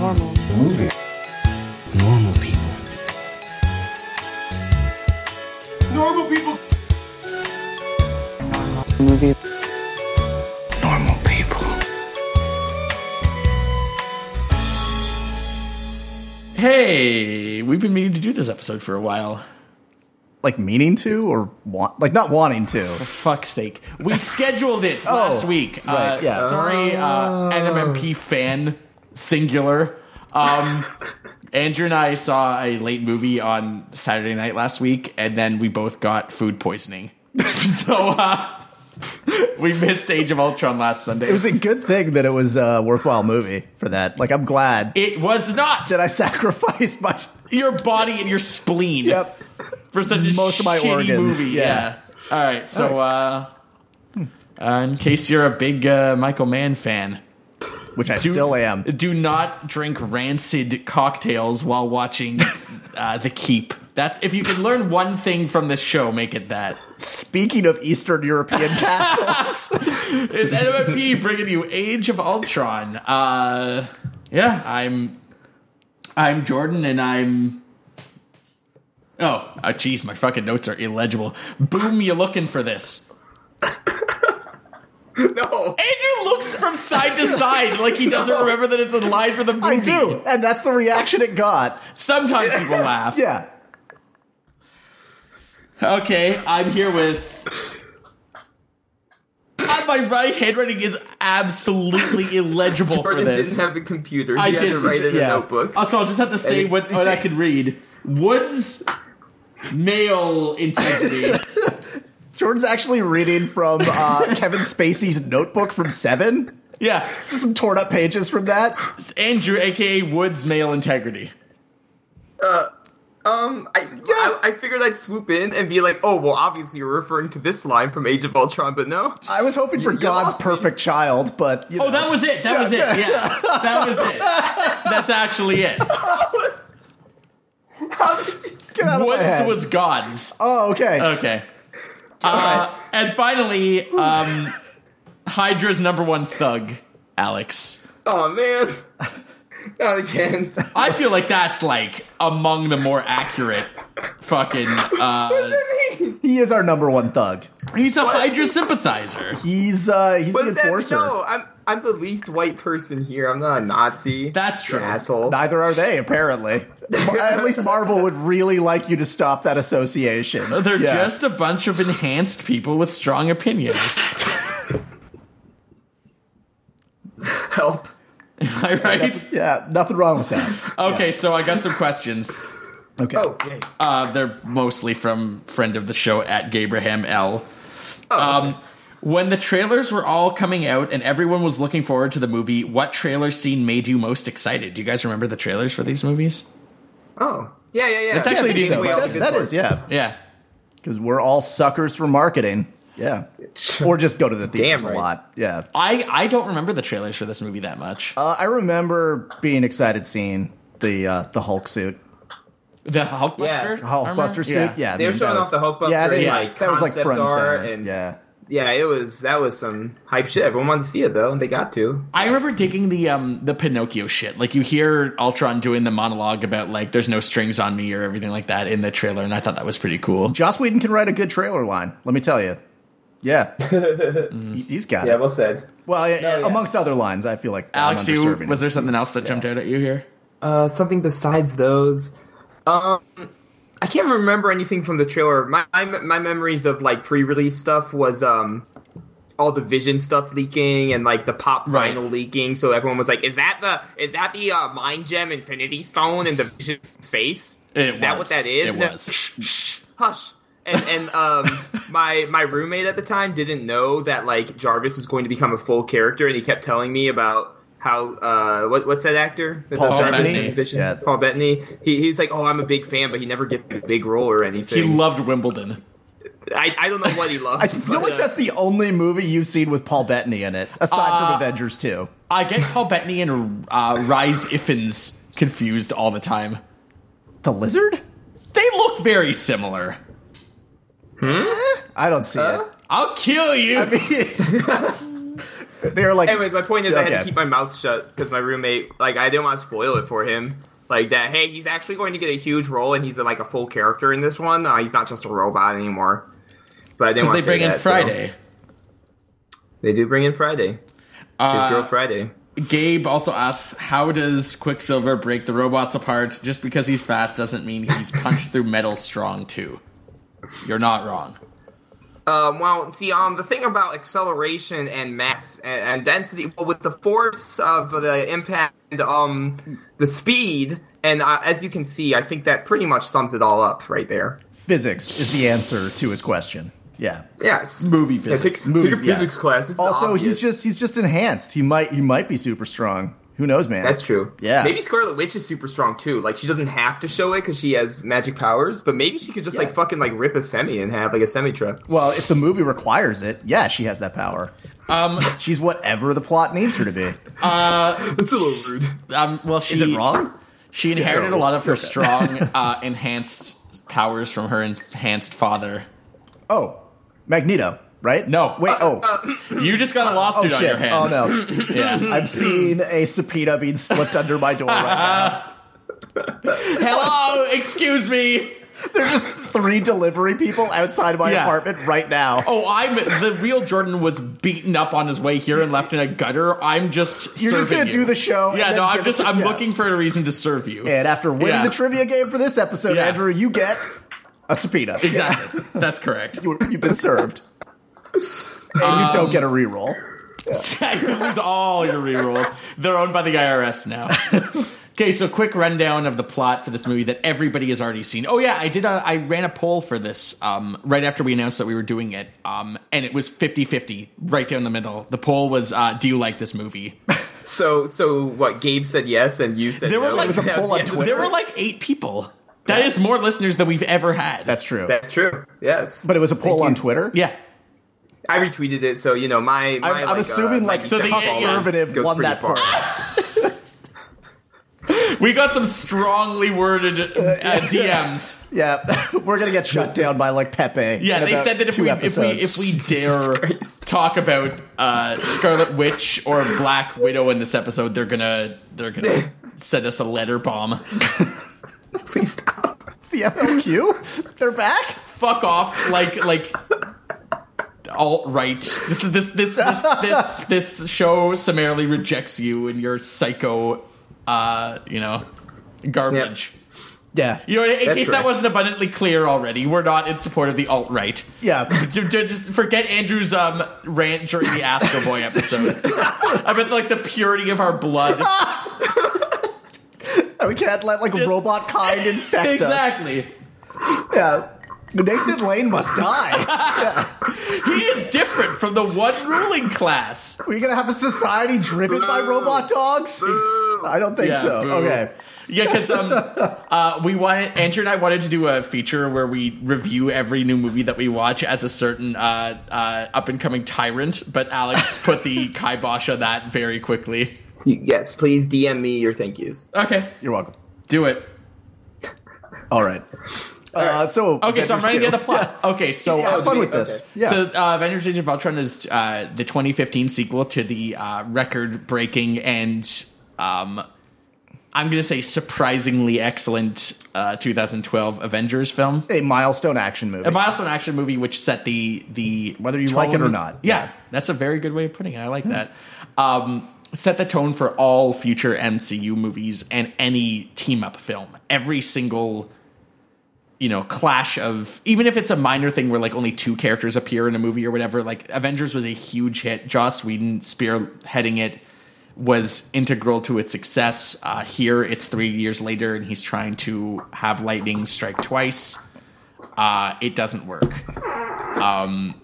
normal. Movie. Normal people. Normal people. Movie. Normal people. Hey, we've been meaning to do this episode for a while. Like meaning to or want, like not wanting to. Fuck's sake. We scheduled it last week. uh, right, yeah. Sorry, uh, NMMP fan, singular. Um, Andrew and I saw a late movie on Saturday night last week, and then we both got food poisoning. so uh, we missed Age of Ultron last Sunday. It was a good thing that it was a worthwhile movie for that. Like I'm glad It was not that I sacrificed my your body and your spleen yep. for such a Most of my shitty organs, movie. yeah. All right. So, Uh, uh, in case you're a big uh, Michael Mann fan, Which I do, still am. Do not drink rancid cocktails while watching uh, The Keep. That's if you can learn one thing from this show, make it that. Speaking of Eastern European castles, It's NMFP bringing you Age of Ultron. Uh, yeah, I'm I'm Jordan, and I'm oh, oh, jeez, my fucking notes are illegible. Boom, you looking for this? No. Andrew looks from side to side like he doesn't remember that it's a line for the movie. I do, and that's the reaction it got. Sometimes people laugh. Yeah, Okay, I'm here with. God, my right handwriting is absolutely illegible Jordan for this. didn't have a computer. He I had to didn't, write in yeah. a notebook. Also, I'll just have to say And- what, what I can read. Woods male integrity. Jordan's actually reading from uh, Kevin Spacey's notebook from Seven. yeah, Just some torn up pages from that. it's Andrew, aka Woods male integrity. Um, I, I I figured I'd swoop in and be like, oh, well, obviously you're referring to this line from Age of Ultron, but no. I was hoping for You- you God's lost me. perfect child, but you Oh, know. that was it. That was it. Yeah, that was it. That's actually it. Get out of my Woods head. was gods. Oh, okay. Okay. Uh, and finally, um, Hydra's number one thug, Alex. Oh man, not again. I feel like that's like among the more accurate fucking. Uh, He is our number one thug. he's a Hydra sympathizer. He's uh he's the Was that enforcer. no? I'm I'm the least white person here. I'm not a Nazi. That's You true. asshole. Neither are they, apparently. Mar- At least Marvel would really like you to stop that association. They're Yeah. just a bunch of enhanced people with strong opinions. Help. Am I right? yeah, nothing wrong with that. Okay, so I got some questions. Okay. Oh, yay. Uh, they're mostly from friend of the show at Gabraham L. Oh, Um, when the trailers were all coming out and everyone was looking forward to the movie, what trailer scene made you most excited? Do you guys remember the trailers for these movies? oh, yeah, yeah, yeah. It's actually I think decent we all question. did that work. is, yeah. Yeah. Because we're all suckers for marketing. Yeah. Or just go to the theaters Damn right. a lot. Yeah. I, I don't remember the trailers for this movie that much. Uh, I remember being excited seeing the uh, the Hulk suit. the Hulkbuster? Hulk armor? Buster suit. Yeah. Yeah. They were that showing was- off the Hulkbuster Yeah, they, and, like, that was like concept front and art center. and- yeah. Yeah, it was. That was some hype shit. Everyone wanted to see it though, and they got to. I remember digging the um the Pinocchio shit. Like you hear Ultron doing the monologue about like there's no strings on me or everything like that in the trailer, and I thought that was pretty cool. Joss Whedon can write a good trailer line. Let me tell you. Yeah. He- He's got Yeah, it. well said. Well, yeah. amongst other lines, I feel like I'm Alex, you, underserving was it. there something else that jumped out at you here? Uh, something besides those. Um, I can't remember anything from the trailer. My my, my memories of like pre-release stuff was um. All the Vision stuff leaking and like the pop Right. vinyl leaking, so everyone was like, "Is that the is that the uh, Mind Gem Infinity Stone in the Vision's face? It Is that was. what that is?" It And then- was. Shh, shh, hush. And and um, my my roommate at the time didn't know that like Jarvis was going to become a full character, and he kept telling me about how uh, what, what's that actor? Paul Jarvis Bettany. in Vision? Yeah. Paul Bettany. He, he's like, oh, I'm a big fan, but he never gets a big role or He anything. loved Wimbledon. I, I don't know what he loves. uh, I feel like that's the only movie you've seen with Paul Bettany in it, aside Uh, from Avengers 2. I get Paul Bettany and uh, Rise Iffins confused all the time. The Lizard? They look very similar. I don't see Huh? I'll kill you. it. They were like, Anyways, my point is I had Okay. to keep my mouth shut because my roommate, like, I didn't want to spoil it for him. Like that, hey, he's actually going to get a huge role, and he's like a full character in this one. Uh, he's not just a robot anymore. But I didn't because want they to bring say in that, so- Friday. They do bring in Friday. His Uh, girl Friday. Gabe also asks, "How does Quicksilver break the robots apart? Just because he's fast doesn't mean he's punched through metal strong too." You're not wrong. Um, well, see, um, the thing about acceleration and mass and, and density, well, with the force of the impact and um, the speed, and uh, as you can see, I think that pretty much sums it all up right there. physics is the answer to his question. Yeah. Yes, Movie Yeah, take- physics. take, Movie- a yeah. physics class. It's Also, obvious. he's just he's just enhanced. He might he might be super strong. Who knows, man? that's true. Yeah. maybe Scarlet Witch is super strong too. Like she doesn't have to show it because she has magic powers, but maybe she could just like fucking like rip a semi and have like a semi trip. Well, if the movie requires it, yeah, she has that power. Um, She's whatever the plot needs her to be. That's a little rude. um, well, she Is it wrong? Oh, She inherited a lot of her strong, uh, enhanced powers from her enhanced father. Oh, Magneto, right? No. Uh, Wait. Oh, You just got a oh lawsuit on shit. your Oh hands. no. Yeah. I'm seeing a subpoena being slipped under my door right now. Hello, excuse me. There's just three delivery people outside my Yeah. apartment right now. Oh, I'm the real Jordan was beaten up on his way here and left in a gutter. I'm just You're just serving gonna you. do the show. and Yeah, then no, I'm give it just to- I'm yeah. looking for a reason to serve you. And after winning Yeah. the trivia game for this episode, Yeah. Andrew, you get a subpoena. Exactly. That's correct. You- You've been served. And Um, you don't get a reroll. you lose all your rerolls. They're owned by the IRS now. Okay, so quick rundown of the plot for this movie that everybody has already seen. Oh yeah, I did. A, I ran a poll for this um, right after we announced that we were doing it, um, and it was 50-50, right down the middle. The poll was, uh, "Do you like this movie?" So, so what? Gabe said yes, and you said There were no. like was a poll on Twitter. there were like eight people. That is more listeners than we've ever had. That's true. That's true. Yes, but it was a poll on Twitter. yeah. I retweeted it, so you know my. my I'm, I'm like, assuming uh, like so the the conservative goes won pretty that far. part. We got some strongly worded uh, DMs. Yeah, we're gonna get shut down by like Pepe. Yeah, in they about said that if two we, if we episodes. if we dare Christ. talk about uh, Scarlet Witch or Black Widow in this episode, they're gonna they're gonna send us a letter bomb. Please stop. it's the FLQ, they're back. Fuck off, like like alt right. This is this this this this this show summarily rejects you and your psycho, uh, you know, garbage. Yeah, You know, in case that correct. wasn't abundantly clear already, we're not in support of the alt right. yeah. J- j- just forget Andrew's um, rant during the Astro Boy episode. I meant like the purity of our blood. Ah, We can't let like robot kind infect exactly. us. Yeah, Nathan Lane must die. He is different from the one ruling class. We're gonna have a society driven by Boo. robot dogs. Boo. I don't think Yeah, so. boo. Okay. Yeah, because um, uh, we wanted Andrew and I wanted to do a feature where we review every new movie that we watch as a certain uh, uh, up and coming tyrant. But Alex put the kibosh on that very quickly. You- Yes, please DM me your thank yous. Okay, You're welcome. do it. All right. Uh, so Okay, so I'm Avengers running 2. down the plot. Okay, so Yeah, have uh, fun we- with this. okay. Yeah. So, uh, Avengers: Age of Ultron is uh, the 2015 sequel to the uh, record-breaking and um, I'm going to say surprisingly excellent uh, 2012 Avengers film, a milestone action movie. a milestone action movie which set the the Whether you like it or not. Yeah, that's a very good way of putting it. I like that. Um, set the tone for all future MCU movies and any team up film. Every single you know clash of even if it's a minor thing where like only two characters appear in a movie or whatever like avengers was a huge hit joss whedon spearheading it was integral to its success uh, here it's three years later and he's trying to have lightning strike twice uh, it doesn't work um,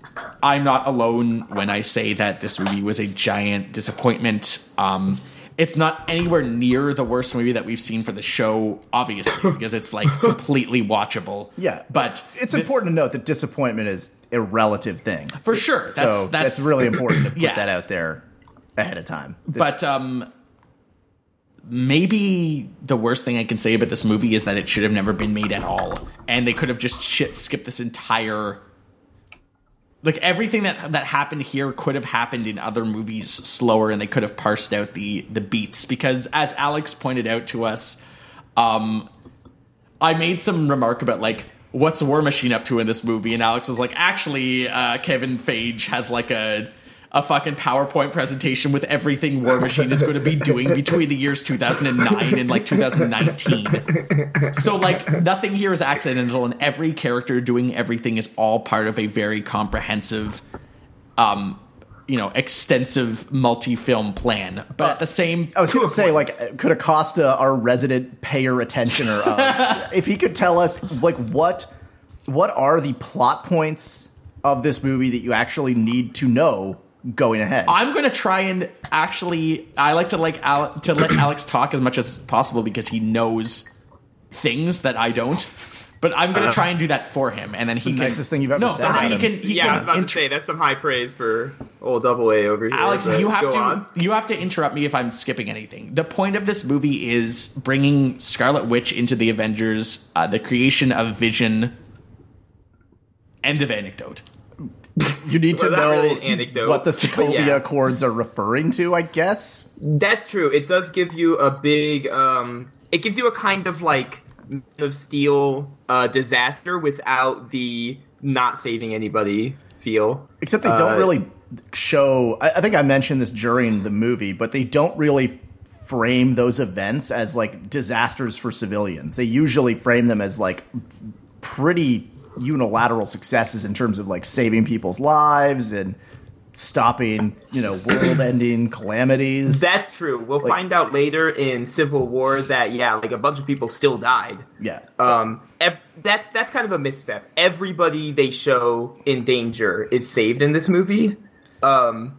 i'm not alone when i say that this movie was a giant disappointment um, it's not anywhere near the worst movie that we've seen for the show obviously because it's like completely watchable Yeah. but it's this- important to note that disappointment is a relative thing. for sure that's, so that's, really important to put Yeah. that out there ahead of time. but um maybe the worst thing i can say about this movie is that it should have never been made at all and they could have just shit skipped this entire like everything that that happened here could have happened in other movies slower and they could have parsed out the the beats because as Alex pointed out to us um I made some remark about like what's War Machine up to in this movie and Alex was like actually uh Kevin Feige has like a a fucking PowerPoint presentation with everything War Machine is going to be doing between the years 2009 and like 2019. So like nothing here is accidental and every character doing everything is all part of a very comprehensive um you know, extensive multi-film plan. But at the same I was going to say, like, could Acosta, our resident payer attentioner, of, if he could tell us, like, what what are the plot points of this movie that you actually need to know going ahead? I'm gonna try and actually. I like to like Al- to let Alex talk as much as possible because he knows things that I don't. But I'm gonna try and do that for him, and then he Uh-huh. the can. nicest thing you've ever no, but said, then he Adam. can. He yeah, I was can about int- to say that's some high praise for old Double A over here. Alex, but you have go to on. you have to interrupt me if I'm skipping anything. The point of this movie is bringing Scarlet Witch into the Avengers, uh, the creation of Vision. End of anecdote. you need to Well, not know really an anecdote, what the but Sokovia yeah. Accords are referring to, I guess. That's true. It does give you a big. Um, it gives you a kind of like Man of Steel uh, disaster without the not saving anybody feel. Except they don't Uh, really show. I, I think I mentioned this during the movie, but they don't really frame those events as like disasters for civilians. They usually frame them as like pretty unilateral successes in terms of like saving people's lives and stopping, you know, world-ending calamities. That's true. We'll find out later in Civil War that yeah, like a bunch of people still died. yeah. Um, ev- that's that's kind of a misstep. Everybody they show in danger is saved in this movie. Um,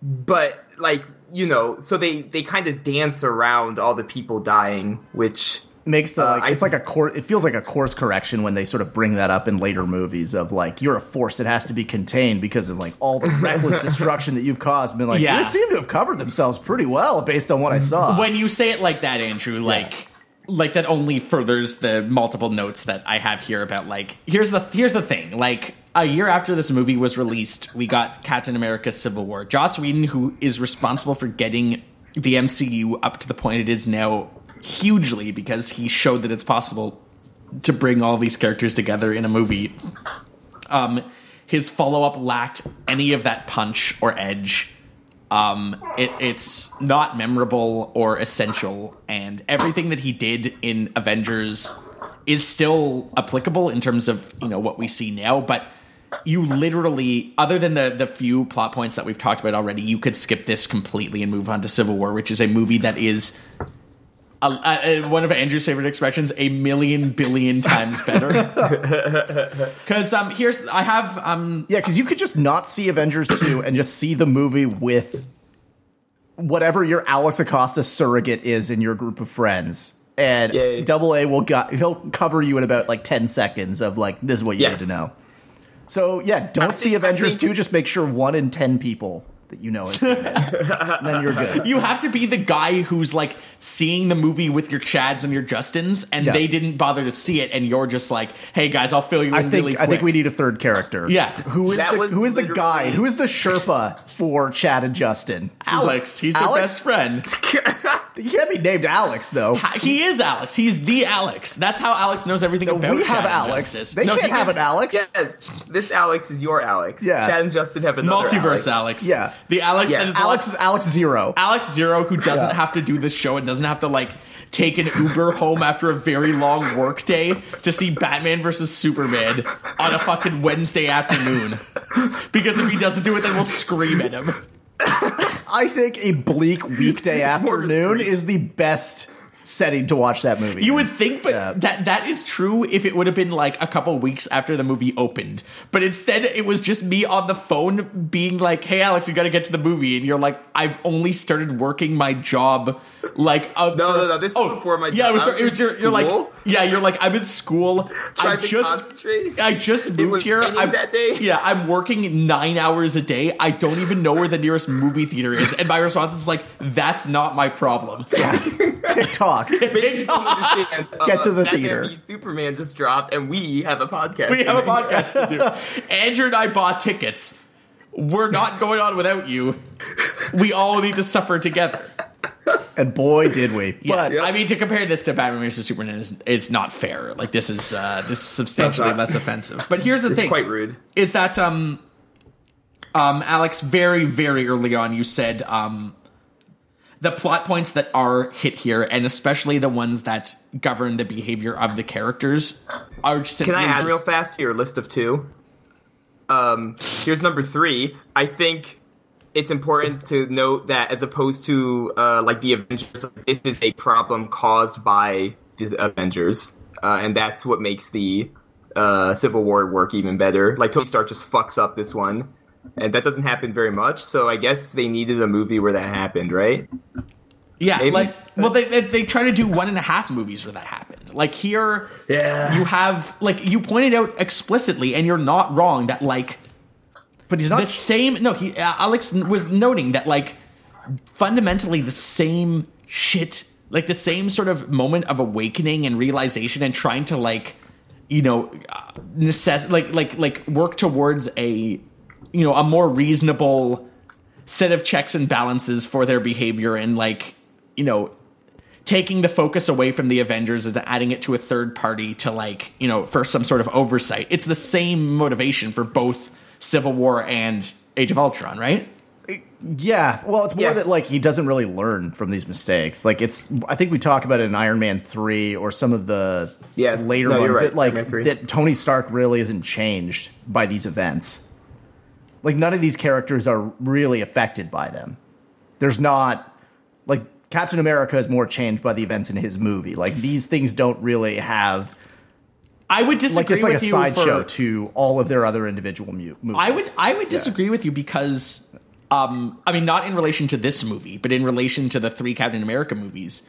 but like you know, so they they kind of dance around all the people dying, which makes the Uh, like I- it's like a course it feels like a course correction when they sort of bring that up in later movies of like you're a force that has to be contained because of like all the reckless destruction that you've caused been like Yeah. they seem to have covered themselves pretty well based on what i saw when you say it like that, Andrew, like like that only furthers the multiple notes that I have here about like here's the here's the thing. Like a year after this movie was released, we got Captain America: Civil War. Joss Whedon, who is responsible for getting the MCU up to the point it is now, hugely because he showed that it's possible to bring all these characters together in a movie. Um, his follow up lacked any of that punch or edge. Um, it, it's not memorable or essential, and everything that he did in Avengers is still applicable in terms of you know what we see now. But you literally, other than the the few plot points that we've talked about already, you could skip this completely and move on to Civil War, which is a movie that is. A, a, a- one of Andrew's favorite expressions: a million billion times better. Because um, here's I have um, yeah because you could just not see avengers 2 and just see the movie with whatever your alex acosta surrogate is in your group of friends Yay. and double a will got he'll cover you in about like 10 seconds of like this is what you Yes. need to know so yeah don't I see think- I avengers think- 2 just make sure one in 10 people that you know is in it. And then you're good You have to be the guy who's like seeing the movie with your Chads and your Justins, and Yeah. they didn't bother to see it, and you're just like, "Hey guys, I'll fill you I in think really I quick." think we need a third character. Yeah. who is That the, was who is the literally- guide? Who is the Sherpa for Chad and Justin? Alex. He's Alex? their best friend. He can't be named Alex though. He is Alex. He's the Alex. That's how Alex knows everything about. we have Chad and Alex. Justice. They No, can't he- have an Alex. yes, this Alex is your Alex. Yeah. Chad and Justin have another multiverse Alex. Yeah. the Alex Yeah, that is Alex. Alex is Alex Zero. Alex Zero, who doesn't Yeah. have to do this show and doesn't have to like take an Uber home after a very long work day to see Batman versus Superman on a fucking Wednesday afternoon. Because if he doesn't do it, then we'll scream at him. I think a bleak weekday more of a afternoon screech. is the best setting to watch that movie. You in. would think, but Yeah. that that is true if it would have been like a couple weeks after the movie opened. But instead, it was just me on the phone being like, "Hey, Alex, you got to get to the movie," and you're like, "I've only started working my job like a, No, no, no, this was before my yeah." It job. was, I was it was in your, you're like school. yeah, you're like I'm in school. I Trying to just concentrate. I just moved was here. raining I'm, that day. Yeah, I'm working nine hours a day. I don't even know where the nearest movie theater is. And my response is like, "That's not my problem." TikTok. TikTok. TikTok. Get to the Batman theater. v Superman just dropped, and we have a podcast. We have a coming. podcast to do. Andrew and I bought tickets. We're not going on without you. We all need to suffer together. and boy, did we. But But I mean, to compare this to Batman vs Superman is, is not fair. Like this is uh, this is substantially not. less offensive. But here's the It's thing: quite rude. is that um, um, Alex, very very early on, you said um, the plot points that are hit here, and especially the ones that govern the behavior of the characters, are simply Can I add just- real fast to your list of two? Um, here's number three. I think it's important to note that as opposed to uh, like the Avengers, this is a problem caused by the Avengers, uh, and that's what makes the uh, Civil War work even better. Like Tony Stark just fucks up this one, and that doesn't happen very much. So I guess they needed a movie where that happened, right? Yeah, Maybe. like well, they, they they try to do one and a half movies where that happened. Like here, Yeah. you have like you pointed out explicitly, and you're not wrong that like but he's not the same. No, he uh, Alex n- was noting that like fundamentally the same shit, like the same sort of moment of awakening and realization, and trying to like you know uh, necess- like like like work towards a you know a more reasonable set of checks and balances for their behavior and like you know taking the focus away from the avengers and adding it to a third party to like you know for some sort of oversight it's the same motivation for both civil war and age of ultron right Yeah, well, it's more Yeah. that like he doesn't really learn from these mistakes. Like it's, I think we talk about it in Iron Man three or some of the Yes. later No, you're ones. right. That, like Iron Man 3. that Tony Stark really isn't changed by these events. Like none of these characters are really affected by them. There's not like Captain America is more changed by the events in his movie. Like these things don't really have i would like disagree it's like a with you for- sideshow to all of their other individual mu- movies. I would I would disagree with you because um I mean not in relation to this movie, but in relation to the three Captain America movies.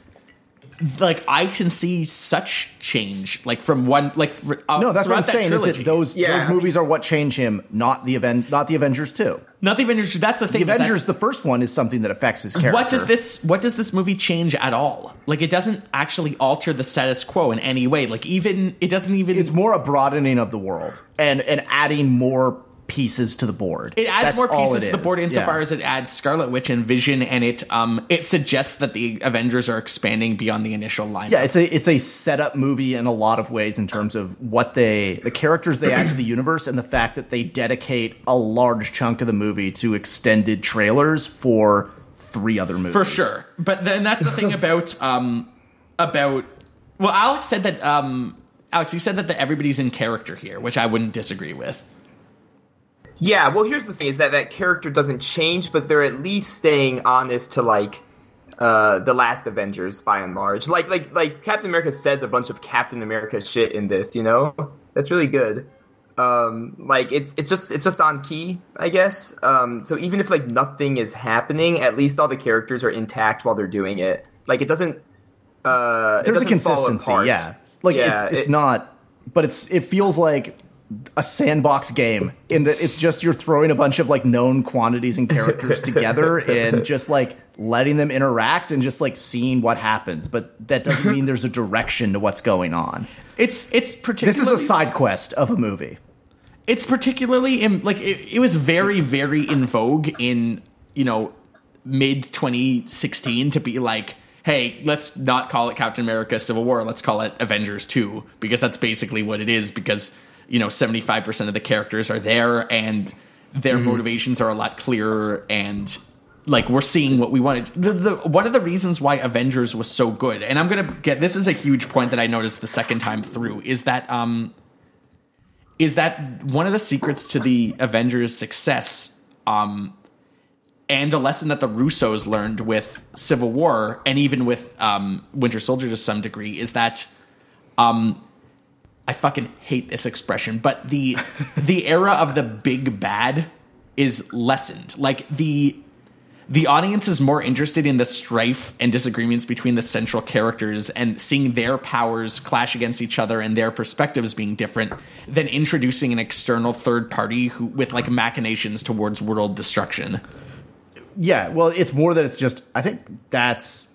Like I can see such change, like from one, like fr- uh, No, that's what I'm throughout that saying. Is trilogy. that those Yeah. those movies are what change him, not the event, not the Avengers two. not the Avengers? That's the thing. The is that- Avengers, the first one, is something that affects his character. what does this What does this movie change at all? Like it doesn't actually alter the status quo in any way. Like even it doesn't even. It's more a broadening of the world and and adding more pieces to the board. it adds That's more all pieces to it the is. board insofar Yeah. as it adds Scarlet Witch and Vision, and it um it suggests that the Avengers are expanding beyond the initial lineup. yeah, it's a it's a setup movie in a lot of ways in terms of what they the characters they add to the universe and the fact that they dedicate a large chunk of the movie to extended trailers for three other movies for sure. But then that's the thing about um about well, Alex said that um Alex, you said that the, everybody's in character here, which I wouldn't disagree with. Yeah, well, here's the thing: is that that character doesn't change, but they're at least staying honest to like uh, the last Avengers by and large. Like, like, like Captain America says a bunch of Captain America shit in this. You know, that's really good. Um, like, it's it's just it's just on key, I guess. Um, so even if like nothing is happening, at least all the characters are intact while they're doing it. Like, it doesn't. Uh, it there's a doesn't fall consistency apart. yeah like Yeah, it's it's it- not but it's it feels like a sandbox game in that it's just you're throwing a bunch of like known quantities and characters together and just like letting them interact and just like seeing what happens but that doesn't mean there's a direction to what's going on It's it's particularly this is a side quest of a movie it's particularly in, like it, it was very very in vogue in you know mid 2016 to be like hey let's not call it captain america civil war let's call it avengers 2 because that's basically what it is because you know 75% of the characters are there and their motivations are a lot clearer and like we're seeing what we wanted the, the one of the reasons why avengers was so good and i'm gonna get this is a huge point that i noticed the second time through is that um is that one of the secrets to the Avengers' success, um, and a lesson that the Russos learned with Civil War and even with um, Winter Soldier to some degree is that, um, I fucking hate this expression, but the the era of the big bad is lessened. Like the the audience is more interested in the strife and disagreements between the central characters and seeing their powers clash against each other and their perspectives being different than introducing an external third party who with like machinations towards world destruction. yeah well it's more that it's just i think that's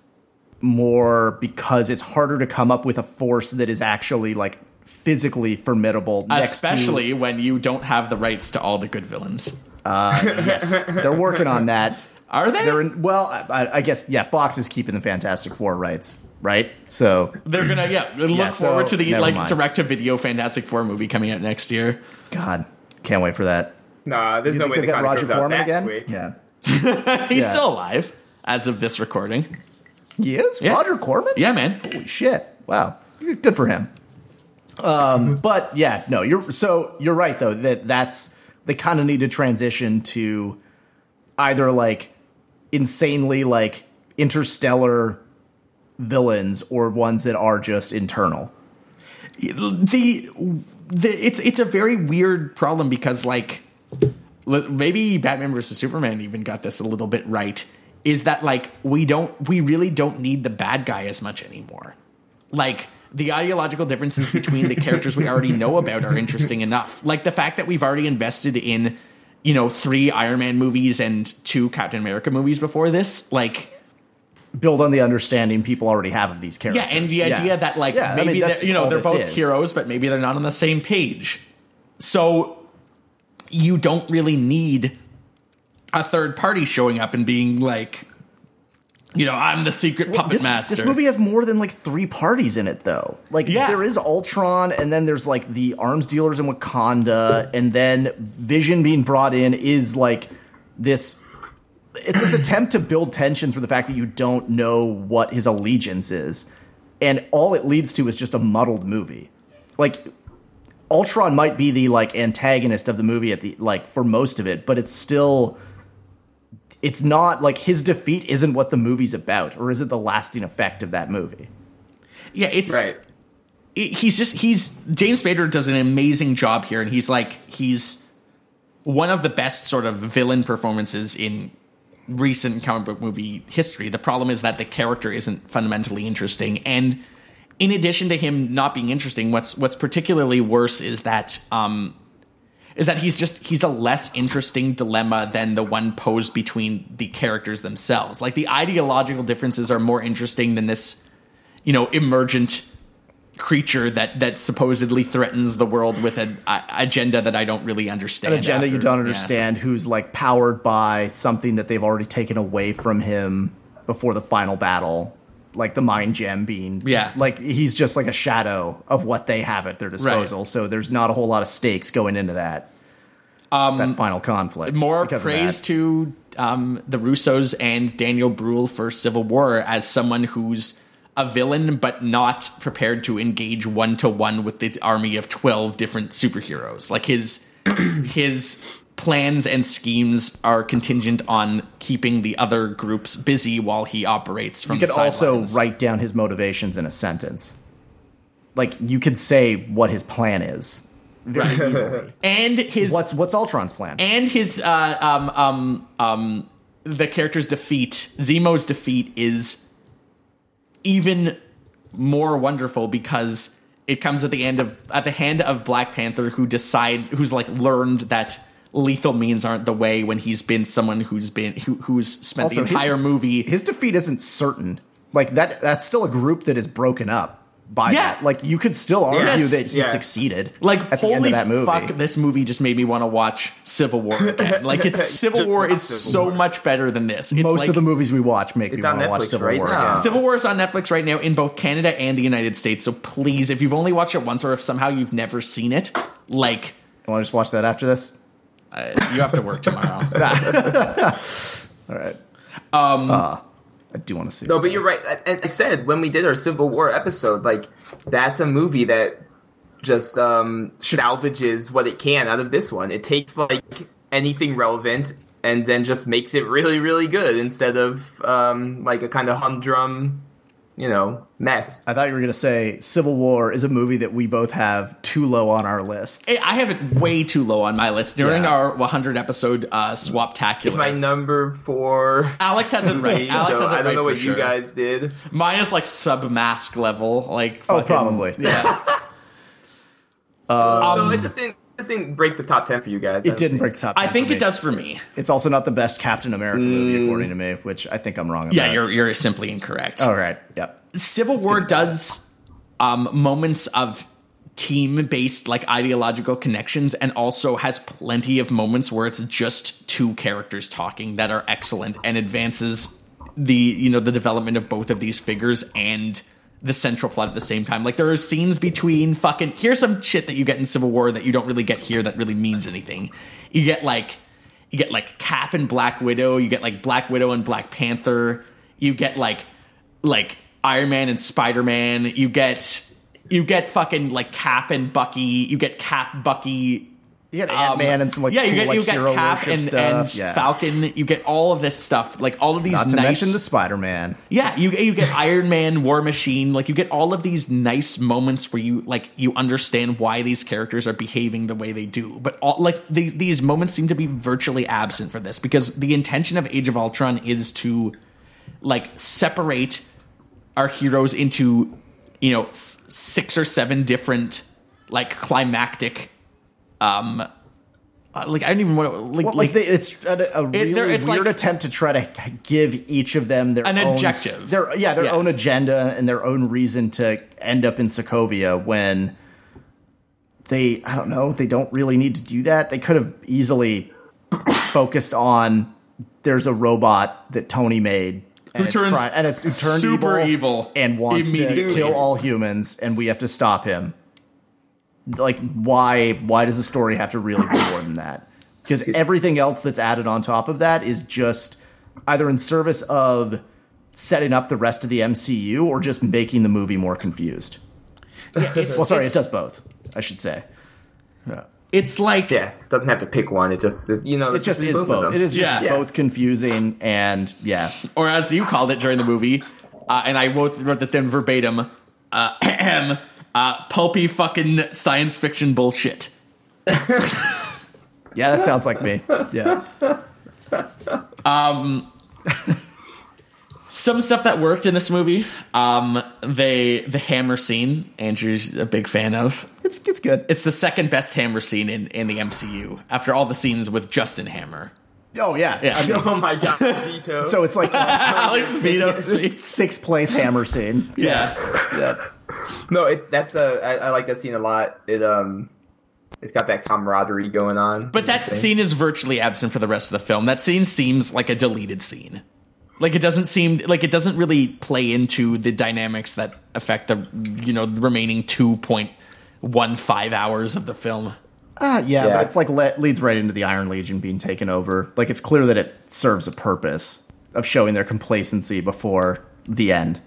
more because it's harder to come up with a force that is actually like physically formidable. next to- Especially when you don't have the rights to all the good villains. yes, they're working on that. Are they? They're They're, in, well, I, I guess yeah. Fox is keeping the Fantastic Four rights, right? So gonna yeah. Look so forward to the never like mind. direct to video Fantastic Four movie coming out next year. God, can't wait for that. Nah, there's You no think way they'll the get comic Roger comes out Corman that again? quick. Yeah, He's Yeah. still alive as of this recording. he is Yeah. Roger Corman. Yeah, man. Holy shit! Wow, good for him. Um, but yeah, no, you're so you're right though that that's they kind of need to transition to either like insanely like interstellar villains or ones that are just internal. the the it's it's a very weird problem because like l- maybe Batman versus Superman even got this a little bit right is that like we don't we really don't need the bad guy as much anymore like the ideological differences between the characters we already know about are interesting enough like the fact that we've already invested in you know three Iron Man movies and two Captain America movies before this like Build on the understanding people already have of these characters. yeah, and the idea that like Yeah, I mean, maybe that's they're, you know all they're this both is. heroes, but maybe they're not on the same page. So you don't really need a third party showing up and being like, you know, I'm the secret puppet this, master. this movie has more than like three parties in it, though. Like Yeah. there is Ultron, and then there's like the arms dealers in Wakanda, and then Vision being brought in is like this. It's this attempt to build tension through the fact that you don't know what his allegiance is, and all it leads to is just a muddled movie. Like Ultron might be the like antagonist of the movie at the like for most of it, but it's still it's not like his defeat isn't what the movie's about or isn't the lasting effect of that movie. yeah, it's Right. it- he's just he's James Spader does an amazing job here, and he's like he's one of the best sort of villain performances in recent comic book movie history. The problem is that the character isn't fundamentally interesting, and in addition to him not being interesting, what's what's particularly worse is that um, is that he's just he's a less interesting dilemma than the one posed between the characters themselves. Like the ideological differences are more interesting than this, you know, emergent creature that that supposedly threatens the world with an uh, agenda that I don't really understand. An agenda you after- don't yeah. understand who's like powered by something that they've already taken away from him before the final battle. Like the mind gem being Yeah. Like he's just like a shadow of what they have at their disposal. So there's not a whole lot of stakes going into that. Um, that final conflict. More because of praise that. to um, the Russos and Daniel Bruhl for Civil War as someone who's a villain but not prepared to engage one to one with the army of twelve different superheroes. Like his his plans and schemes are contingent on keeping the other groups busy while he operates from you could the also sidelines. write down his motivations in a sentence. Like you could say what his plan is very easily. and his What's what's Ultron's plan? and his uh, um um um the character's defeat, Zemo's defeat is even more wonderful because it comes at the end of at the hand of Black Panther who decides who's like learned that lethal means aren't the way when he's been someone who's been who, who's spent the his- entire movie His defeat isn't certain. Like that that's still a group that is broken up by Yeah. that. Like you could still argue Yes. that he Yeah. succeeded. like at the holy end of that movie. fuck this movie just made me want to watch Civil War again. like it's Civil Just War watch is Civil so War. much better than this. It's Most like, of the movies we watch make me It's want on to watch Netflix Civil right War. now. again. Civil War is on Netflix right now in both Canada and the United States. So please, if you've only watched it once or if somehow you've never seen it, like You want to just watch that after this? uh, you have to work tomorrow. All right. Um, I do want to see. No, it. but you're right. I- And I said when we did our Civil War episode, like that's a movie that just um, salvages what it can out of this one. It takes like anything relevant and then just makes it really, really good instead of um, like a kind of humdrum, you know, mess. I thought you were going to say Civil War is a movie that we both have too low on our lists. I have it way too low on my list. During Yeah. our 100 episode uh, It's my swaptacular, number four. Alex has it right. Alex so has it I don't right know for what sure. you guys did. Mine is like sub mask level. Like oh, fucking- probably. Yeah. no, I just think this didn't break the top ten for you guys. Um, It didn't break the top. I 10 think for it me. does for me. It's also not the best Captain America Mm. movie, according to me, which I think I'm wrong about. Yeah, you're you're simply incorrect. All right. Yep. Civil War does um, moments of team based like ideological connections and also has plenty of moments where it's just two characters talking that are excellent and advances the you know the development of both of these figures and the central plot at the same time like there are scenes between fucking here's some shit that you get in civil war that you don't really get here that really means anything you get like you get like cap and black widow you get like black widow and black panther you get like like Iron Man and Spider Man. You get you get fucking like Cap and Bucky. You get Cap Bucky. You got um, Ant Man and some like yeah, you cool, get like, you get hero Cap worship and, stuff. and yeah. Falcon. You get all of this stuff, like all of these Not to nice. mention the Spider Man. yeah, you you get Iron Man, War Machine. Like you get all of these nice moments where you like you understand why these characters are behaving the way they do. But all like the, these moments seem to be virtually absent for this because the intention of Age of Ultron is to like separate our heroes into you know six or seven different like climactic um uh, like i don't even want to like, like Well, like they, it's a, a really there- it's weird like- attempt to try to give each of them their An own s- objective. Their yeah, their Yeah. own agenda and their own reason to end up in Sokovia when they I don't know they don't really need to do that. They could have easily focused on there's a robot that Tony made. And Who it's turns try- and it's who turned super evil and wants to immediately. kill all humans, and we have to stop him like why why does the story have to really be more than that because everything else that's added on top of that is just either in service of setting up the rest of the MCU or just making the movie more confused. well, sorry, it's- it does both. I should say it's like Yeah, it doesn't have to pick one. It just is, you know, it just is both. both. of them. It is just Yeah. both confusing and yeah, or as you called it during the movie, uh, and I wrote, wrote this down verbatim, uh, uh, pulpy fucking science fiction bullshit. yeah. That sounds like me. Yeah, Some stuff that worked in this movie, um, they the hammer scene. Andrew's a big fan of. it's it's good. It's the second best hammer scene in, in the MCU after all the scenes with Justin Hammer. oh yeah. Yeah. I mean, Oh my god, Vito. so it's like Alex Vito's it's sixth place hammer scene. yeah. Yeah. no, it's that's uh, I I like that scene a lot. It um, it's got that camaraderie going on. But that scene is virtually absent for the rest of the film. That scene seems like a deleted scene. Like it doesn't seem like it doesn't really play into the dynamics that affect the you know the remaining two point one five hours of the film. Ah, yeah, Yeah. but it's like le- leads right into the Iron Legion being taken over. Like it's clear that it serves a purpose of showing their complacency before the end.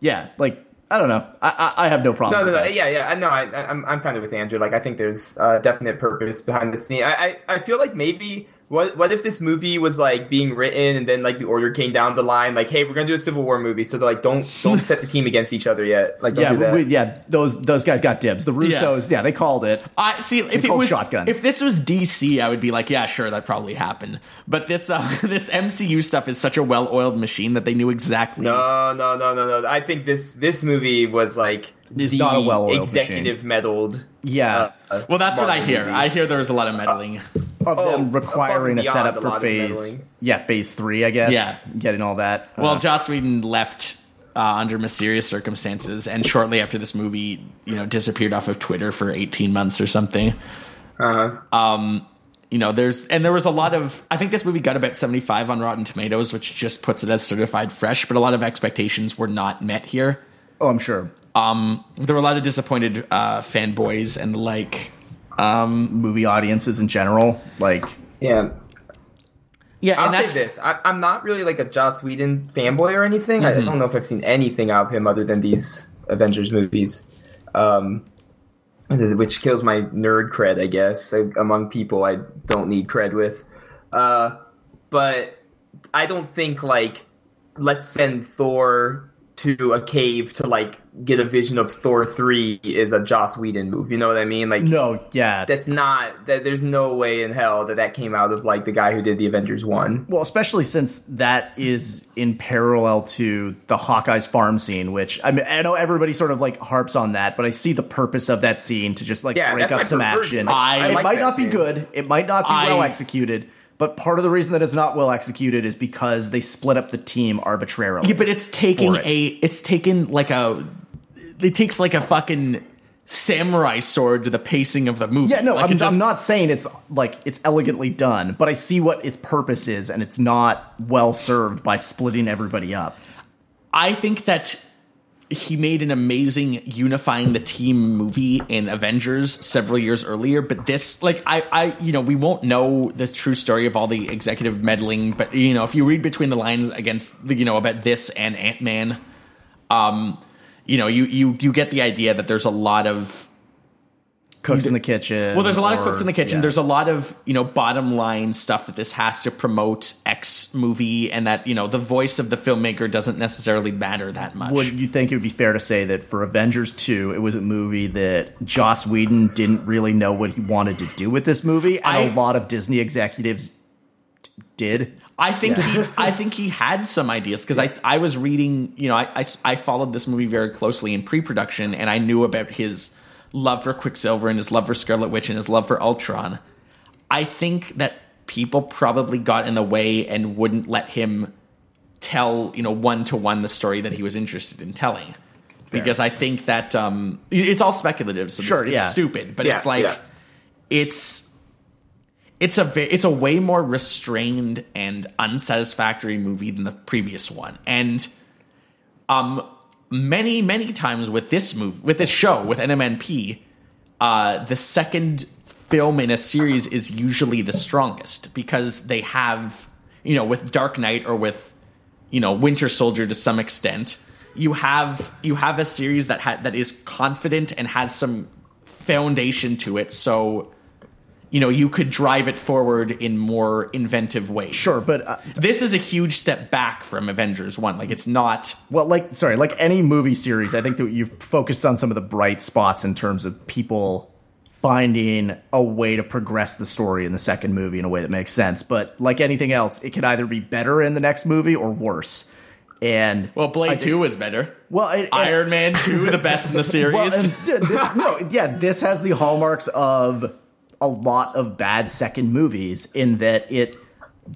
Yeah, like I don't know. I I, I have no problem. No, no, with no. that. Yeah, yeah. I know. I, I- I'm, I'm kind of with Andrew. Like, I think there's uh, definite purpose behind the scene. I, I, I feel like maybe what, what if this movie was like being written and then like the order came down the line, like, hey, we're gonna do a Civil War movie, so they're like, don't, don't set the team against each other yet. Like, don't Yeah, do that. we, yeah, those those guys got dibs. The Yeah. Russos, yeah, they called it. I see if it called was shotgun. if this was DC, I would be like, yeah, sure, that probably happened. But this uh, this MCU stuff is such a well oiled machine that they knew exactly. no, no, no, no, no. I think this this movie was like It's the not a well-oiled executive meddled. Yeah, uh, Well, that's what I Marvel hear. movie. I hear there was a lot of meddling. of oh, them requiring a above and beyond setup a lot for of phase. meddling. Yeah, phase three, I guess. Yeah. getting all that. Well, Uh, Joss Whedon left uh, under mysterious circumstances, and shortly after this movie, you know, disappeared off of Twitter for eighteen months or something. Uh-huh. You know, there's and there was a lot of. I think this movie got about seventy five on Rotten Tomatoes, which just puts it as certified fresh. But a lot of expectations were not met here. oh, I'm sure There were a lot of disappointed uh, fanboys and the like. movie audiences in general, like yeah. Yeah, I'll and that's say this: I, I'm not really like a Joss Whedon fanboy or anything. Mm-hmm. I, I don't know if I've seen anything out of him other than these Avengers movies, um, which kills my nerd cred, I guess, uh, among people I don't need cred with. Uh, but I don't think like let's send Thor to a cave to like get a vision of Thor three is a Joss Whedon move. You know what I mean? Like No, yeah. that's not that. There's no way in hell that that came out of like the guy who did the Avengers one. Well, especially since that is in parallel to the Hawkeye's farm scene, which I mean, I know everybody sort of like harps on that, but I see the purpose of that scene to just like Yeah, break that's up my some preferred- action. I- I it like might that not be scene. good, it might not be well I- executed, but part of the reason that it's not well executed is because they split up the team arbitrarily. Yeah, but it's taking For it. a it's taken like a it takes like a fucking samurai sword to the pacing of the movie. yeah, no, Like, I'm, it I'm just- not saying it's like it's elegantly done, but I see what its purpose is, and it's not well served by splitting everybody up. I think that he made an amazing unifying the team movie in Avengers several years earlier, but this like I I you know, we won't know the true story of all the executive meddling, but you know, if you read between the lines against the, you know, about this and Ant-Man, um you know, you you you get the idea that there's a lot of Cooks in the kitchen. Well, there's a lot of or- cooks in the kitchen. yeah. There's a lot of you know bottom line stuff that this has to promote X movie, and that you know the voice of the filmmaker doesn't necessarily matter that much. Would you think it would be fair to say that for Avengers 2, it was a movie that Joss Whedon didn't really know what he wanted to do with this movie, and a I- lot of Disney executives d- did? I think he, I think he had some ideas because I I was reading you know I, I s- I followed this movie very closely in pre-production and I knew about his love for Quicksilver and his love for Scarlet Witch and his love for Ultron. I think that people probably got in the way and wouldn't let him tell you know one to one the story that he was interested in telling because I think that um it- it's all speculative so Sure, it's, it's yeah. stupid but Yeah, it's like yeah. it's it's a ve- it's a way more restrained and unsatisfactory movie than the previous one and um many many times with this move with this show with NMNP uh the second film in a series is usually the strongest because they have you know with Dark Knight or with you know Winter Soldier to some extent you have you have a series that ha- that is confident and has some foundation to it so you know you could drive it forward in more inventive ways Sure, but uh, this is a huge step back from Avengers 1 like it's not well, like, sorry, like any movie series, I think that you've focused on some of the bright spots in terms of people finding a way to progress the story in the second movie in a way that makes sense. But like anything else, it can either be better in the next movie or worse. And well Blade I think- 2 is better Well, it- it- Iron Man 2 the best in the series Well, and th- this, no, yeah, this has the hallmarks of a lot of bad second movies in that it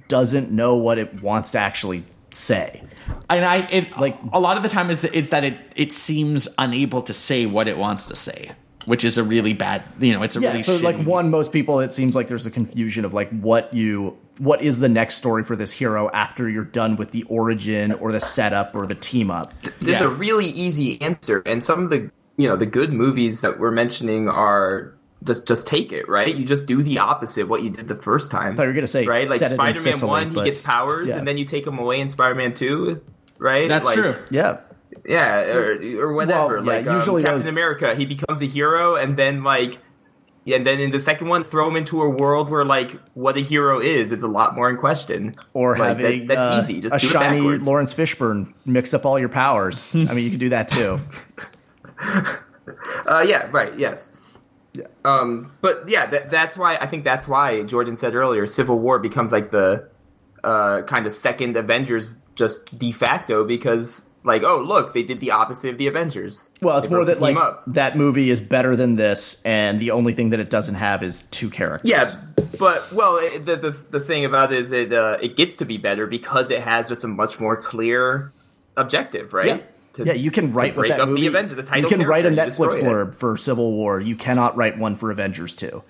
doesn't know what it wants to actually say. and I it Like- like a lot of the time is is that it it seems unable to say what it wants to say, which is a really bad you know it's a Yeah, really so like shitty- one, most people, it seems like there's a confusion of like what you, what is the next story for this hero after you're done with the origin or the setup or the team up. There's Yeah. a really easy answer, and some of the you know the good movies that we're mentioning are just just take it right. You just do the opposite what you did the first time. I thought you were gonna say right, like set it in Spider-Man Sicily, one, but- he gets powers, yeah. and then you take him away in Spider-Man two. Right, That's Like, true. Yeah, Yeah, or, or whatever. Well, yeah, like um, usually Captain those- America, he becomes a hero, and then like, and then in the second one, throw him into a world where like what a hero is is a lot more in question. or like, have that- a, that's uh, easy. Just a do shiny it backwards. Lawrence Fishburne mix up all your powers. I mean, you can do that too. Uh, yeah, right. Yes. Um, but yeah, that, that's why I think that's why Jordan said earlier, Civil War becomes like the uh, kind of second Avengers, just de facto because like, oh look, they did the opposite of the Avengers. Well, it's They more broke the that like team up. that movie is better than this, and the only thing that it doesn't have is two characters. Yeah, but well, it, the, the the thing about it is it uh, it gets to be better because it has just a much more clear objective, right? yeah, To- yeah. You can write to what break that up the movie. Avenger- the title you can write a character, you Netflix destroy it. blurb for Civil War. You cannot write one for Avengers Two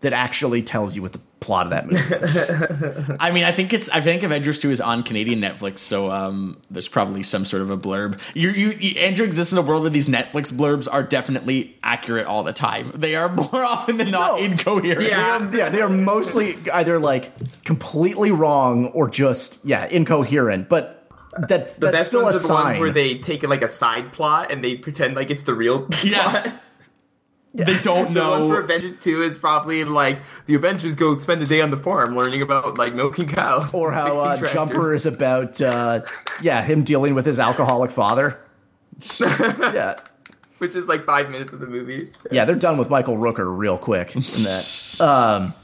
that actually tells you what the plot of that movie. is. I mean, I think it's. I think Avengers Two is on Canadian Netflix, so um, there's probably some sort of a blurb. You, you, you- Andrew exists in a world where these Netflix blurbs are definitely accurate all the time. They are more often than not No. incoherent. They Yeah. are- yeah, they are mostly either like completely wrong or just yeah incoherent, but. That's The that's best still a ones are the sign. ones where they take like a side plot and they pretend like it's the real plot. Yes. They don't The one for know. Avengers Two is probably like the Avengers go spend a day on the farm learning about like milking cows or how fixing uh, tractors. Jumper is about uh, yeah him dealing with his alcoholic father. yeah. which is like five minutes of the movie. Yeah, they're done with Michael Rooker real quick in that. Um,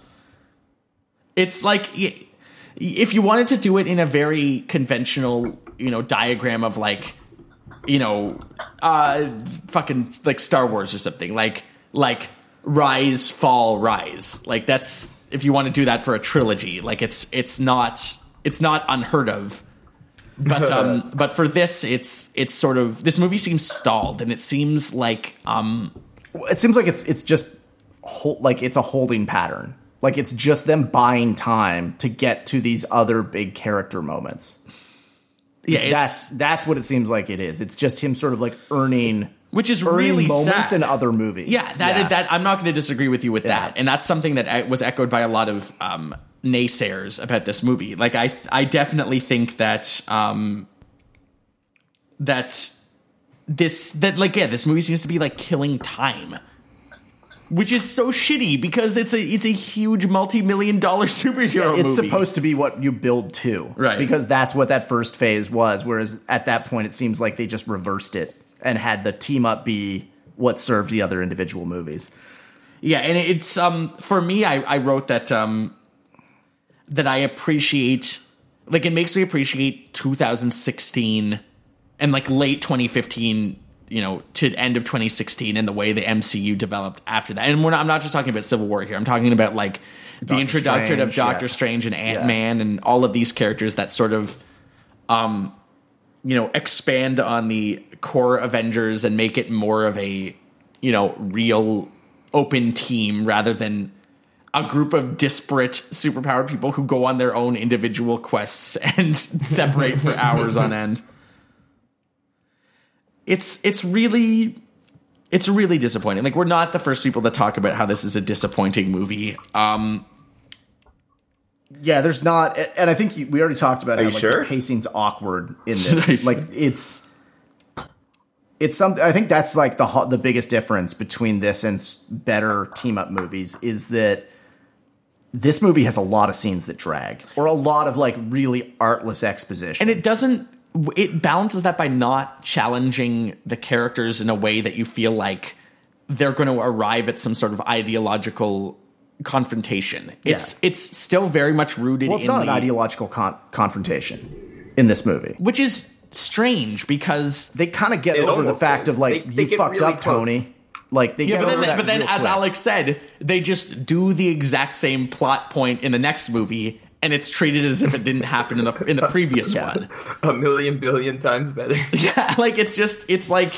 It's like y- if you wanted to do it in a very conventional, you know, diagram of like, you know, uh, fucking like Star Wars or something, like like rise, fall, rise. Like that's if you want to do that for a trilogy, like it's it's not it's not unheard of. But um, but for this, it's it's sort of this movie seems stalled, and it seems like um, it seems like it's it's just hol- like it's a holding pattern. Like it's just them buying time to get to these other big character moments. yeah, it's, that's that's what it seems like it is. It's just him sort of like earning which is earning really moments sad. in other movies. Yeah, that that I'm not going to disagree with you with that, and that's something that e- was echoed by a lot of um, naysayers about this movie. Like I, I definitely think that um, that this that like yeah, this movie seems to be like killing time. Which is so shitty because it's a it's a huge multi million dollar superhero it's movie. supposed to be what you build to, Right. Because that's what that first phase was. Whereas at that point, it seems like they just reversed it and had the team up be what served the other individual movies. Yeah, and it's um for me I I wrote that um that I appreciate like it makes me appreciate 2016 and like late 2015, you know, to end of 2016 and the way the MCU developed after that. And we're not, I'm not just talking about Civil War here. I'm talking about like the Doctor introduction of Strange, Doctor yeah. Strange and Ant-Man and all of these characters that sort of um you know, expand on the core Avengers and make it more of a you know, real open team rather than a group of disparate superpowered people who go on their own individual quests and separate for hours on end. It's it's really it's really disappointing. Like we're not the first people to talk about how this is a disappointing movie. Um Yeah, there's not, and I think you, we already talked about. Are you how, like, sure? the Pacing's awkward in this. like it's it's something. I think that's like the ho- the biggest difference between this and s- better team up movies is that this movie has a lot of scenes that drag, or a lot of like really artless exposition. and it doesn't it balances that by not challenging the characters in a way that you feel like they're going to arrive at some sort of ideological confrontation. It's it's still very much rooted well, it's in not an the- ideological con- confrontation in this movie. which is strange because They kind of get It over the almost fact is. of like They- they you get fucked really up, close. Tony. Like they Yeah, get but over then, that but then real as quick. Alex said, they just do the exact same plot point in the next movie, and it's treated as if it didn't happen in the in the previous one. A million billion times better. Yeah, like it's just it's like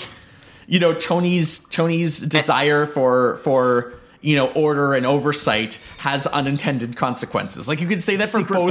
you know Tony's Tony's desire for for you know order and oversight has unintended consequences. Like you could say that for Secret both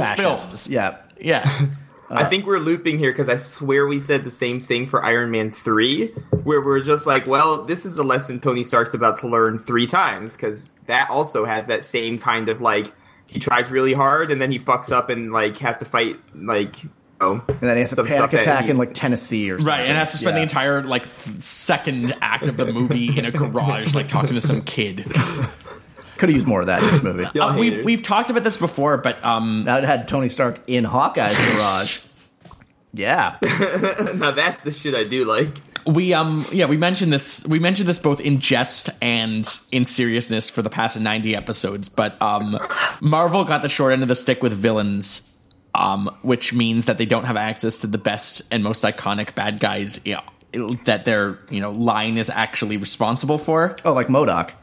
films. fascists. Yeah. yeah. Uh. I think we're looping here because I swear we said the same thing for Iron Man 3, where we're just like, well, this is a lesson Tony Stark's about to learn three times because that also has that same kind of like, he tries really hard and then he fucks up and like has to fight, like, oh. And then he has a some stuff panic that attack he- in like Tennessee or something. Right, and has to spend the Yeah. entire like th- second act of the movie in a garage, like talking to some kid. Could have used more of that in this movie. Y'all Um, we've haters. we've talked about this before, but um, Now it had Tony Stark in Hawkeye's garage. yeah. Now that's the shit I do like. we um yeah we mentioned this we mentioned this both in jest and in seriousness for the past 90 episodes but um marvel got the short end of the stick with villains um which means that they don't have access to the best and most iconic bad guys you know, that their you know line is actually responsible for Oh, like Modoc.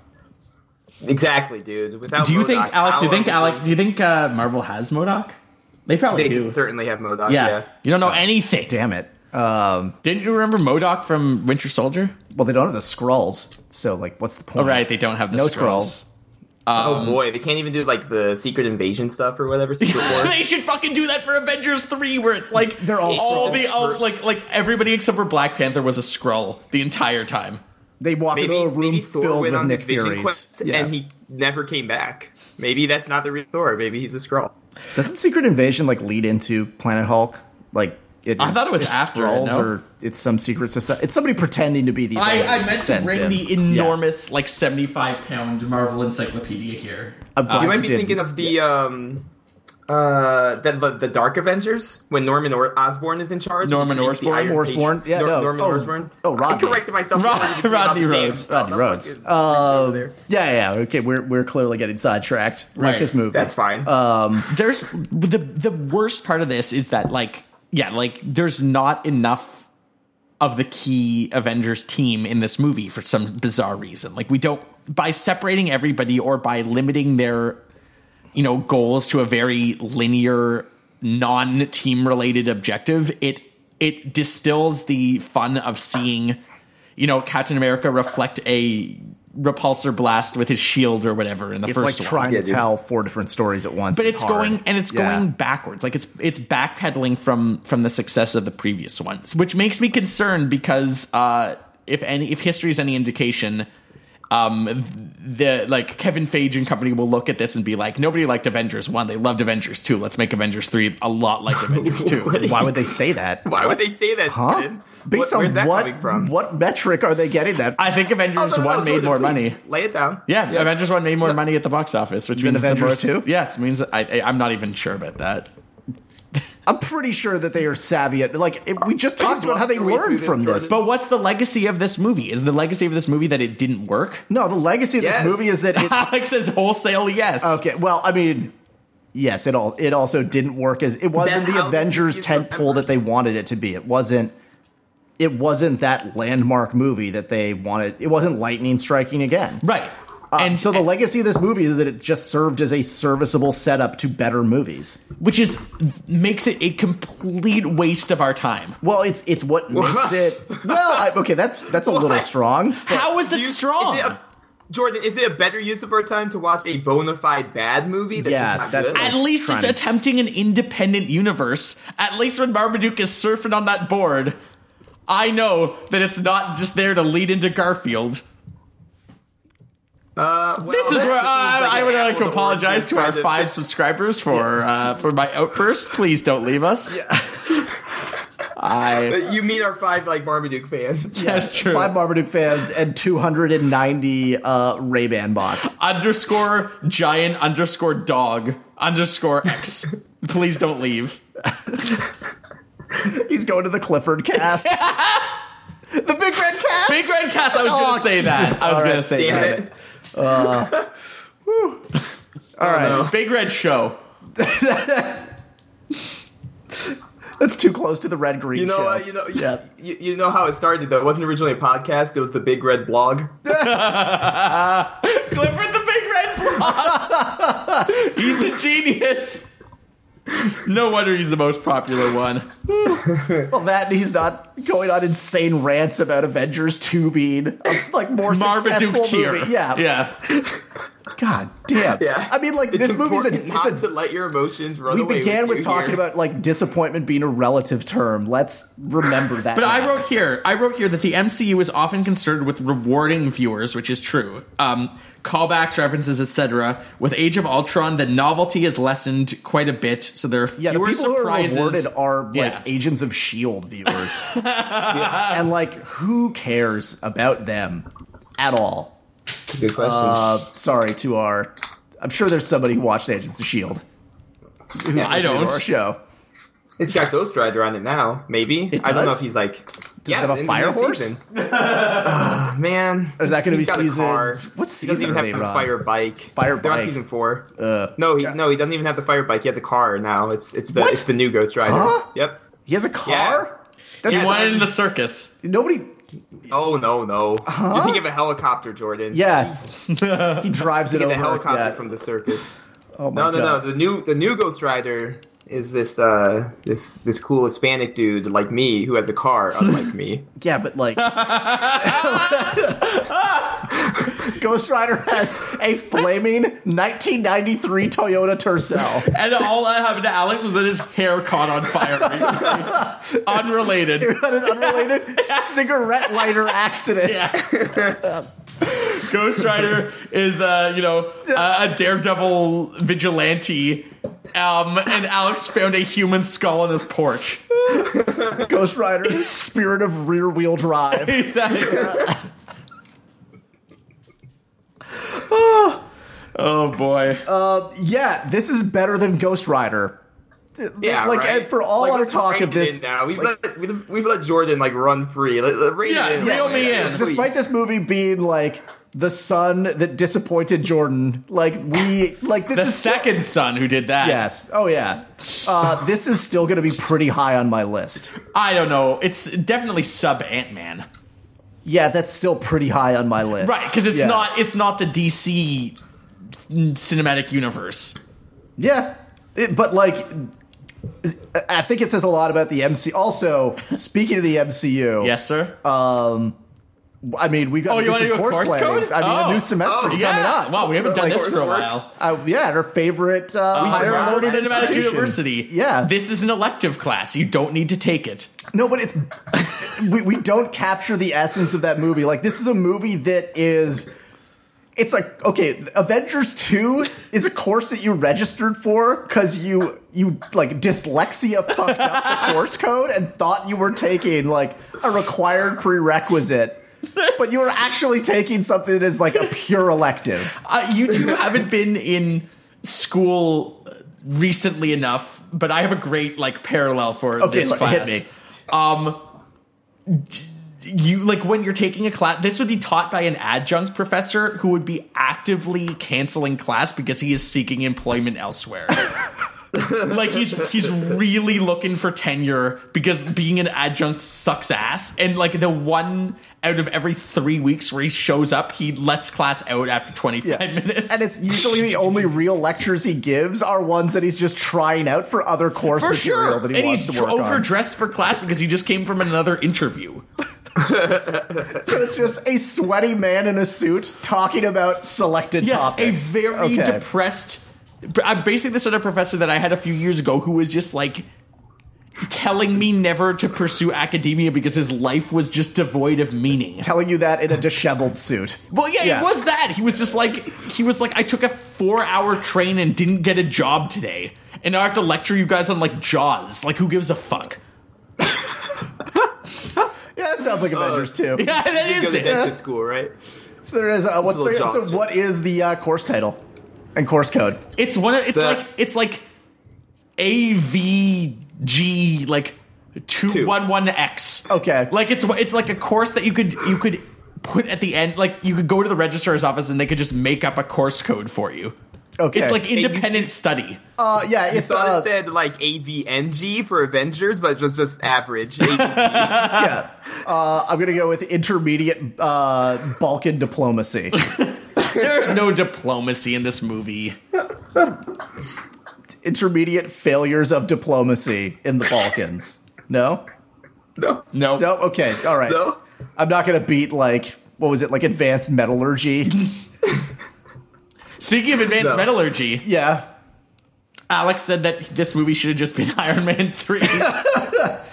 Exactly, dude. Without do you MODOK, think alex do you our think alec do you think uh marvel has modoc they probably They do could certainly have MODOK, yeah. yeah. you don't know anything Damn it. Um, didn't you remember modoc from winter soldier well, they don't have the scrolls, so like, what's the point? oh right they don't have the No scrolls. scrolls. Um, oh boy, they can't even do like the Secret Invasion stuff or whatever, Secret War. they should fucking do that for Avengers three, where it's like They're all all Skrulls. the all, like like everybody except for Black Panther was a Skrull the entire time. They walk Maybe, into a room maybe Thor filled went with on Nick this vision Furies. quest Yeah. and he never came back. Maybe that's not the real Thor. Maybe he's a Skrull. Doesn't Secret Invasion like lead into Planet Hulk? Like, it I is- thought it was it's after it, Skrulls no? or it's some secret society. It's somebody pretending to be the. I, I Avengers meant to sends bring him. the Yeah. enormous like seventy five pound Marvel encyclopedia here. I'm glad You might you be didn't. thinking of the um uh, the, the the Dark Avengers when Norman or- Osborn is in charge. Norman It's the Osborn? Iron Fist. Osborn? Yeah, Nor- no. Norman Oh, Osborn. oh, Rodney. I corrected myself. Rod- before you could Rodney drop the Rhodes. name. Rodney Rhodes. Fucking- Uh, there. yeah, yeah. Okay, we're we're clearly getting sidetracked. Right. Like this movie. That's fine. there's the the worst part of this is that like yeah like there's not enough of the key Avengers team in this movie for some bizarre reason. Like we don't by separating everybody or by limiting their you know goals to a very linear non-team related objective, it it distills the fun of seeing you know Captain America reflect a repulsor blast with his shield or whatever in the It's like first one. trying Yeah, to dude. tell four different stories at once. But it's hard. going and it's Yeah. going backwards. Like it's it's backpedaling from from the success of the previous ones, which makes me concerned because uh, if any if history is any indication, um, the like Kevin Feige and company will look at this and be like, nobody liked Avengers one, they loved Avengers two. Let's make Avengers three a lot like Avengers two. Why would they say that? Why would they say that? Huh? Ken? Based What- where's on that what? coming from? What metric are they getting that? I think Avengers Oh, no, no, one no, made Jordan, more please, money. Lay it down. Yeah, Yes. Avengers one made more money at the box office, which Than means it's a Avengers more- 2? Yeah, it means that I, I I'm not even sure about that. I'm pretty sure that they are savvy at like if we just talked about how they Are we through learned this, from this. Jordan? But what's the legacy of this movie? Is the legacy of this movie that it didn't work? No, the legacy of Yes. this movie is that it Alex says wholesale yes. Okay, well, I mean, yes, it all it also didn't work as it wasn't That's how the this Avengers movie is tentpole remembered. that they wanted it to be. It wasn't it wasn't that landmark movie that they wanted. It wasn't lightning striking again. Right. Uh, and so the legacy of this movie is that it just served as a serviceable setup to better movies. which is makes it a complete waste of our time. Well, it's it's what makes it. Well, I, okay, that's that's a little What? strong. How is Do it you- strong? is it a- Jordan, is it a better use of our time to watch a bona fide bad movie? That's Yeah, just not that's good? what at I'm least Oh, trying it's to- attempting an independent universe. At least when Marmaduke is surfing on that board, I know that it's not just there to lead into Garfield. Uh, well, This is that where uh, seems like I an would like apple to orange apologize to our kind of- five subscribers for uh, for my outburst. Please don't leave us. I You mean our five like Marmaduke fans? that's true. Five Marmaduke fans and 290 uh, Ray Ban bots. underscore giant underscore dog underscore X. Please don't leave. He's going to the Clifford cast. the Big Red cast. Big Red Cast. I was gonna Oh, say that. Jesus. I was All gonna right. say Damn that. it. All right. Big Red Show. that's, that's too close to the red green You know, show. uh, you know, Yeah. you, you know how it started though. It wasn't originally a podcast. It was the Big Red Blog. Clifford the Big Red Blog. he's a genius. No wonder he's the most popular one. well, that he's not going on insane rants about Avengers two being a, like more Marmaduke successful tier. movie. Yeah, yeah. God damn. Yeah, I mean, like It's this movie's a, important not it's to a let your emotions run we away. began with, with, you talking here. about like disappointment being a relative term. Let's remember that. But I wrote here, I wrote here that the MCU is often concerned with rewarding viewers, which is true. Um, callbacks, references, etc. With Age of Ultron, the novelty is lessened quite a bit, so there are Yeah, the fewer people surprises. who are rewarded are like Yeah. agents of Shield E viewers, Yeah. and like who cares about them at all? Good question. Uh, sorry to our, I'm sure there's somebody who watched Agents of Shield. E I Who's listening to don't. Our show. it's got Ghost Rider on it now. Maybe I don't know does? if he's like. it yeah, have a in the fire new horse? season. Ah, man, Or is that gonna He's be got a season- car. what He doesn't season even are have they the on? fire bike. Fire They're on bike. Uh, season four. no, he no, he doesn't even have the fire bike. He has a car now. It's it's the What? it's the new Ghost Rider. Huh? Yep. He has a car. That's He Yeah. wanted in the circus. nobody. Oh no no! You think of a helicopter, Jordan? Yeah, he drives it Think over. of the helicopter yeah. from the circus. oh my No, no, God. no. The new the new Ghost Rider is this uh this this cool Hispanic dude like me who has a car, unlike me. Yeah, but like Ghost Rider has a flaming 1993 Toyota Tercel. And all that happened to Alex was that his hair caught on fire. recently. Unrelated. had an unrelated cigarette lighter accident. Ghost Rider is, uh, you know, a, a daredevil vigilante. Um, and Alex found a human skull on his porch. Ghost Rider, spirit of rear wheel drive. Exactly. Oh boy. Uh, yeah, this is better than Ghost Rider. Yeah, like right? and for all Like, our let's talk rein of it this, in now we've, like- let, we've, we've let Jordan like run free. Let, let, rein Yeah, it in, reel man. me in. please. despite this movie being like the son that disappointed Jordan, like we like this The is still- second son who did that. yes, oh yeah, uh, this is still going to be pretty high on my list. I don't know. It's definitely sub Ant Man. Yeah, that's still pretty high on my list. Right, because it's Yeah. not it's not the DC cinematic universe. Yeah, It- but like, I think it says a lot about the MC. Also, speaking of the MCU, Yes, sir. Uh, I mean we got. Oh, you to do wanna some do a course planning. code? I mean, Oh. a new semester's Oh, coming up. wow, we haven't done Like, this for a coursework? while. Uh, yeah, at our favorite uh, higher Higher learning Cinematic institution. University. Yeah. This is an elective class. You don't need to take it. No, but it's we, we don't capture the essence of that movie. Like this is a movie that is it's like okay, Avengers 2 is a course that you registered for cuz you you like dyslexia fucked up the course code and thought you were taking like a required prerequisite. But you were actually taking something that is like a pure elective. Uh, you two haven't been in school uh, recently enough, but I have a great like parallel for Okay, this look, hit class. me. Um, d- you like when you're taking a class. This would be taught by an adjunct professor who would be actively canceling class because he is seeking employment elsewhere. like he's he's really looking for tenure because being an adjunct sucks ass and like the one out of every 3 weeks where he shows up he lets class out after 25 Yeah. minutes And it's usually the only real lectures he gives are ones that he's just trying out for other course for material sure that he and wants he's to work on. overdressed for class because he just came from another interview It's just a sweaty man in a suit talking about selected yes topics. a very Okay. depressed i'm basing this on a professor that i had a few years ago who was just like telling me never to pursue academia because his life was just devoid of meaning Telling you that in a disheveled suit. Well, yeah, Yeah. it was that. He was just like, he was like, I took a four hour train and didn't get a job today. And now I have to lecture you guys on like Jaws. Like, who gives a fuck? Yeah, that sounds like Avengers too. Yeah, that You go is to it. dental school, right? So there is. Uh, what's a little the, so jaunt. what is the uh, course title and course code? It's one of, it's The- like, it's like AVG, like Two. 211X. Okay. Like, it's, it's like a course that you could, you could put at the end, like, you could go to the registrar's office and they could just make up a course code for you. Okay. It's like you- independent study. uh, yeah, it's Thought uh, it said like AVNG for Avengers, but it was just average. AVG. yeah. Uh, I'm gonna go with intermediate uh, Balkan diplomacy. There's no diplomacy in this movie. intermediate failures of diplomacy in the Balkans. No? no, No. No? Okay. All right. no. I'm not going to beat, like, what was it, like advanced metallurgy? Speaking of advanced No. metallurgy, yeah. Alex said that this movie should have just been Iron Man 3. Yes.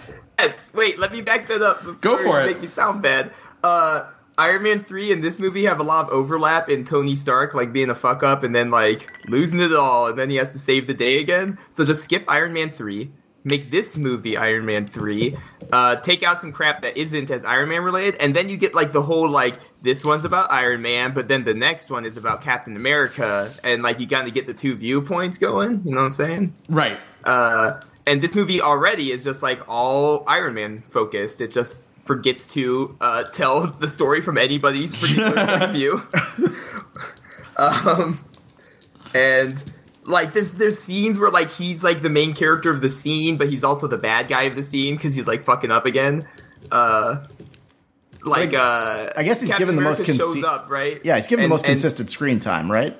Wait, let me back that up. Go before for you it. Make me sound bad. Uh, Iron Man three and this movie have a lot of overlap in Tony Stark like being a fuck up and then like losing it all and then he has to save the day again. So just skip Iron Man three. Make this movie Iron Man three. Uh, take out some crap that isn't as Iron Man related, and then you get like the whole like this one's about Iron Man, but then the next one is about Captain America, and like you kind of get the two viewpoints going. You know what I'm saying? right. Uh, and this movie already is just like all Iron Man focused. It just forgets to uh, tell the story from anybody's particular point of view. um, and like there's there's scenes where like he's like the main character of the scene, but he's also the bad guy of the scene because he's like fucking up again. Uh, like uh, I guess he's Captain given the most America shows consi- up, right? Yeah, he's given And- the most and consistent screen time, right?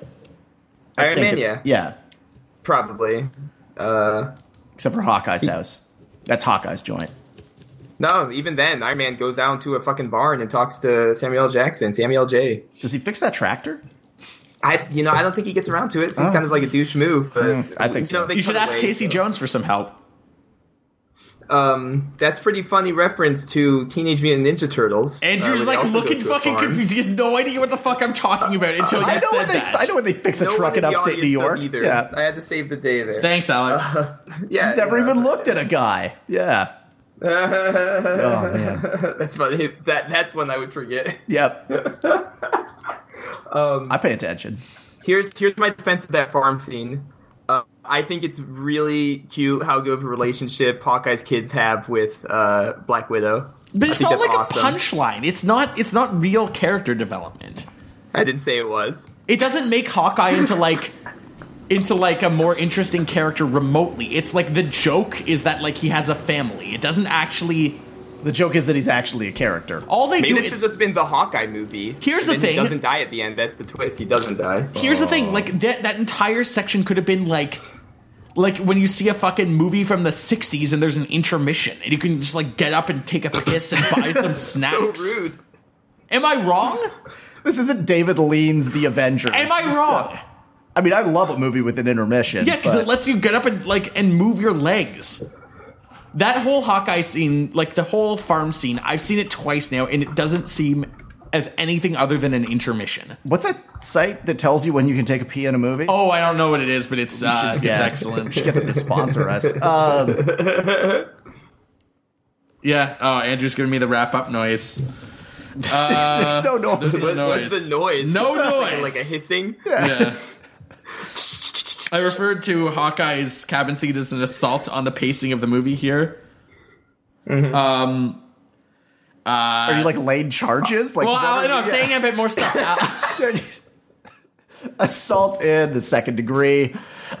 I Iron think Man, it- yeah, Yeah. probably. Uh, Except for Hawkeye's house. That's Hawkeye's joint. No, even then, Iron Man goes down to a fucking barn and talks to Samuel L. Jackson, Samuel L. J. Does he fix that tractor? I, you know, I don't think he gets around to it. Seems Oh. Hmm. kind of like a douche move, but I think so. they You cut should ask away, Casey so. Jones for some help. Um, that's pretty funny reference to Teenage Mutant Ninja Turtles. Andrew's uh, where they like also go looking to a fucking farm. confused. He has no idea what the fuck I'm talking about until you I know, said when they, that. I know when they fix a No truck one in the upstate New audience does York. Either. Yeah. I had to save the day there. Thanks, Alex. yeah, He's never you know, even looked at a guy. Yeah. oh, man. That's funny. That that's one I would forget. Um, Yep. I pay attention. here's here's my defense of that farm scene. Uh, I think it's really cute how good of a relationship Hawkeye's kids have with uh, Black Widow. But I it's think all like that's a awesome. punchline. It's not. It's not real character development. I didn't say it was. It doesn't make Hawkeye into like into like a more interesting character remotely. It's like the joke is that like he has a family. It doesn't actually. The joke is that he's actually a character. All they Maybe do. this is- should just been the Hawkeye movie. Here's And the then thing. He doesn't die at the end. That's the twist. He doesn't die. Here's the thing, like that that entire section could have been like like when you see a fucking movie from the 60s and there's an intermission and you can just like get up and take a piss and buy some So snacks. rude. Am I wrong? This isn't David Lean's The Avengers. Am I wrong? I mean, I love a movie with an intermission. Yeah, cuz but- it lets you get up and like and move your legs. That whole Hawkeye scene, like the whole farm scene, I've seen it twice now and it doesn't seem as anything other than an intermission. what's that site that tells you when you can take a pee in a movie? Oh, I don't know what it is, but it's uh, it's Yeah. excellent. Should get them to sponsor us. Um, Yeah. Oh, Andrew's giving me the wrap up noise. there's no noise. there's no- What's, what's the noise? No Like a- noise. like a hissing. Yeah. I referred to Hawkeye's cabin seat as an assault on the pacing of the movie here. Um, Are you like laid charges? Like well, what I, are no, you- I'm saying a bit more stuff. Uh, assault in the second degree.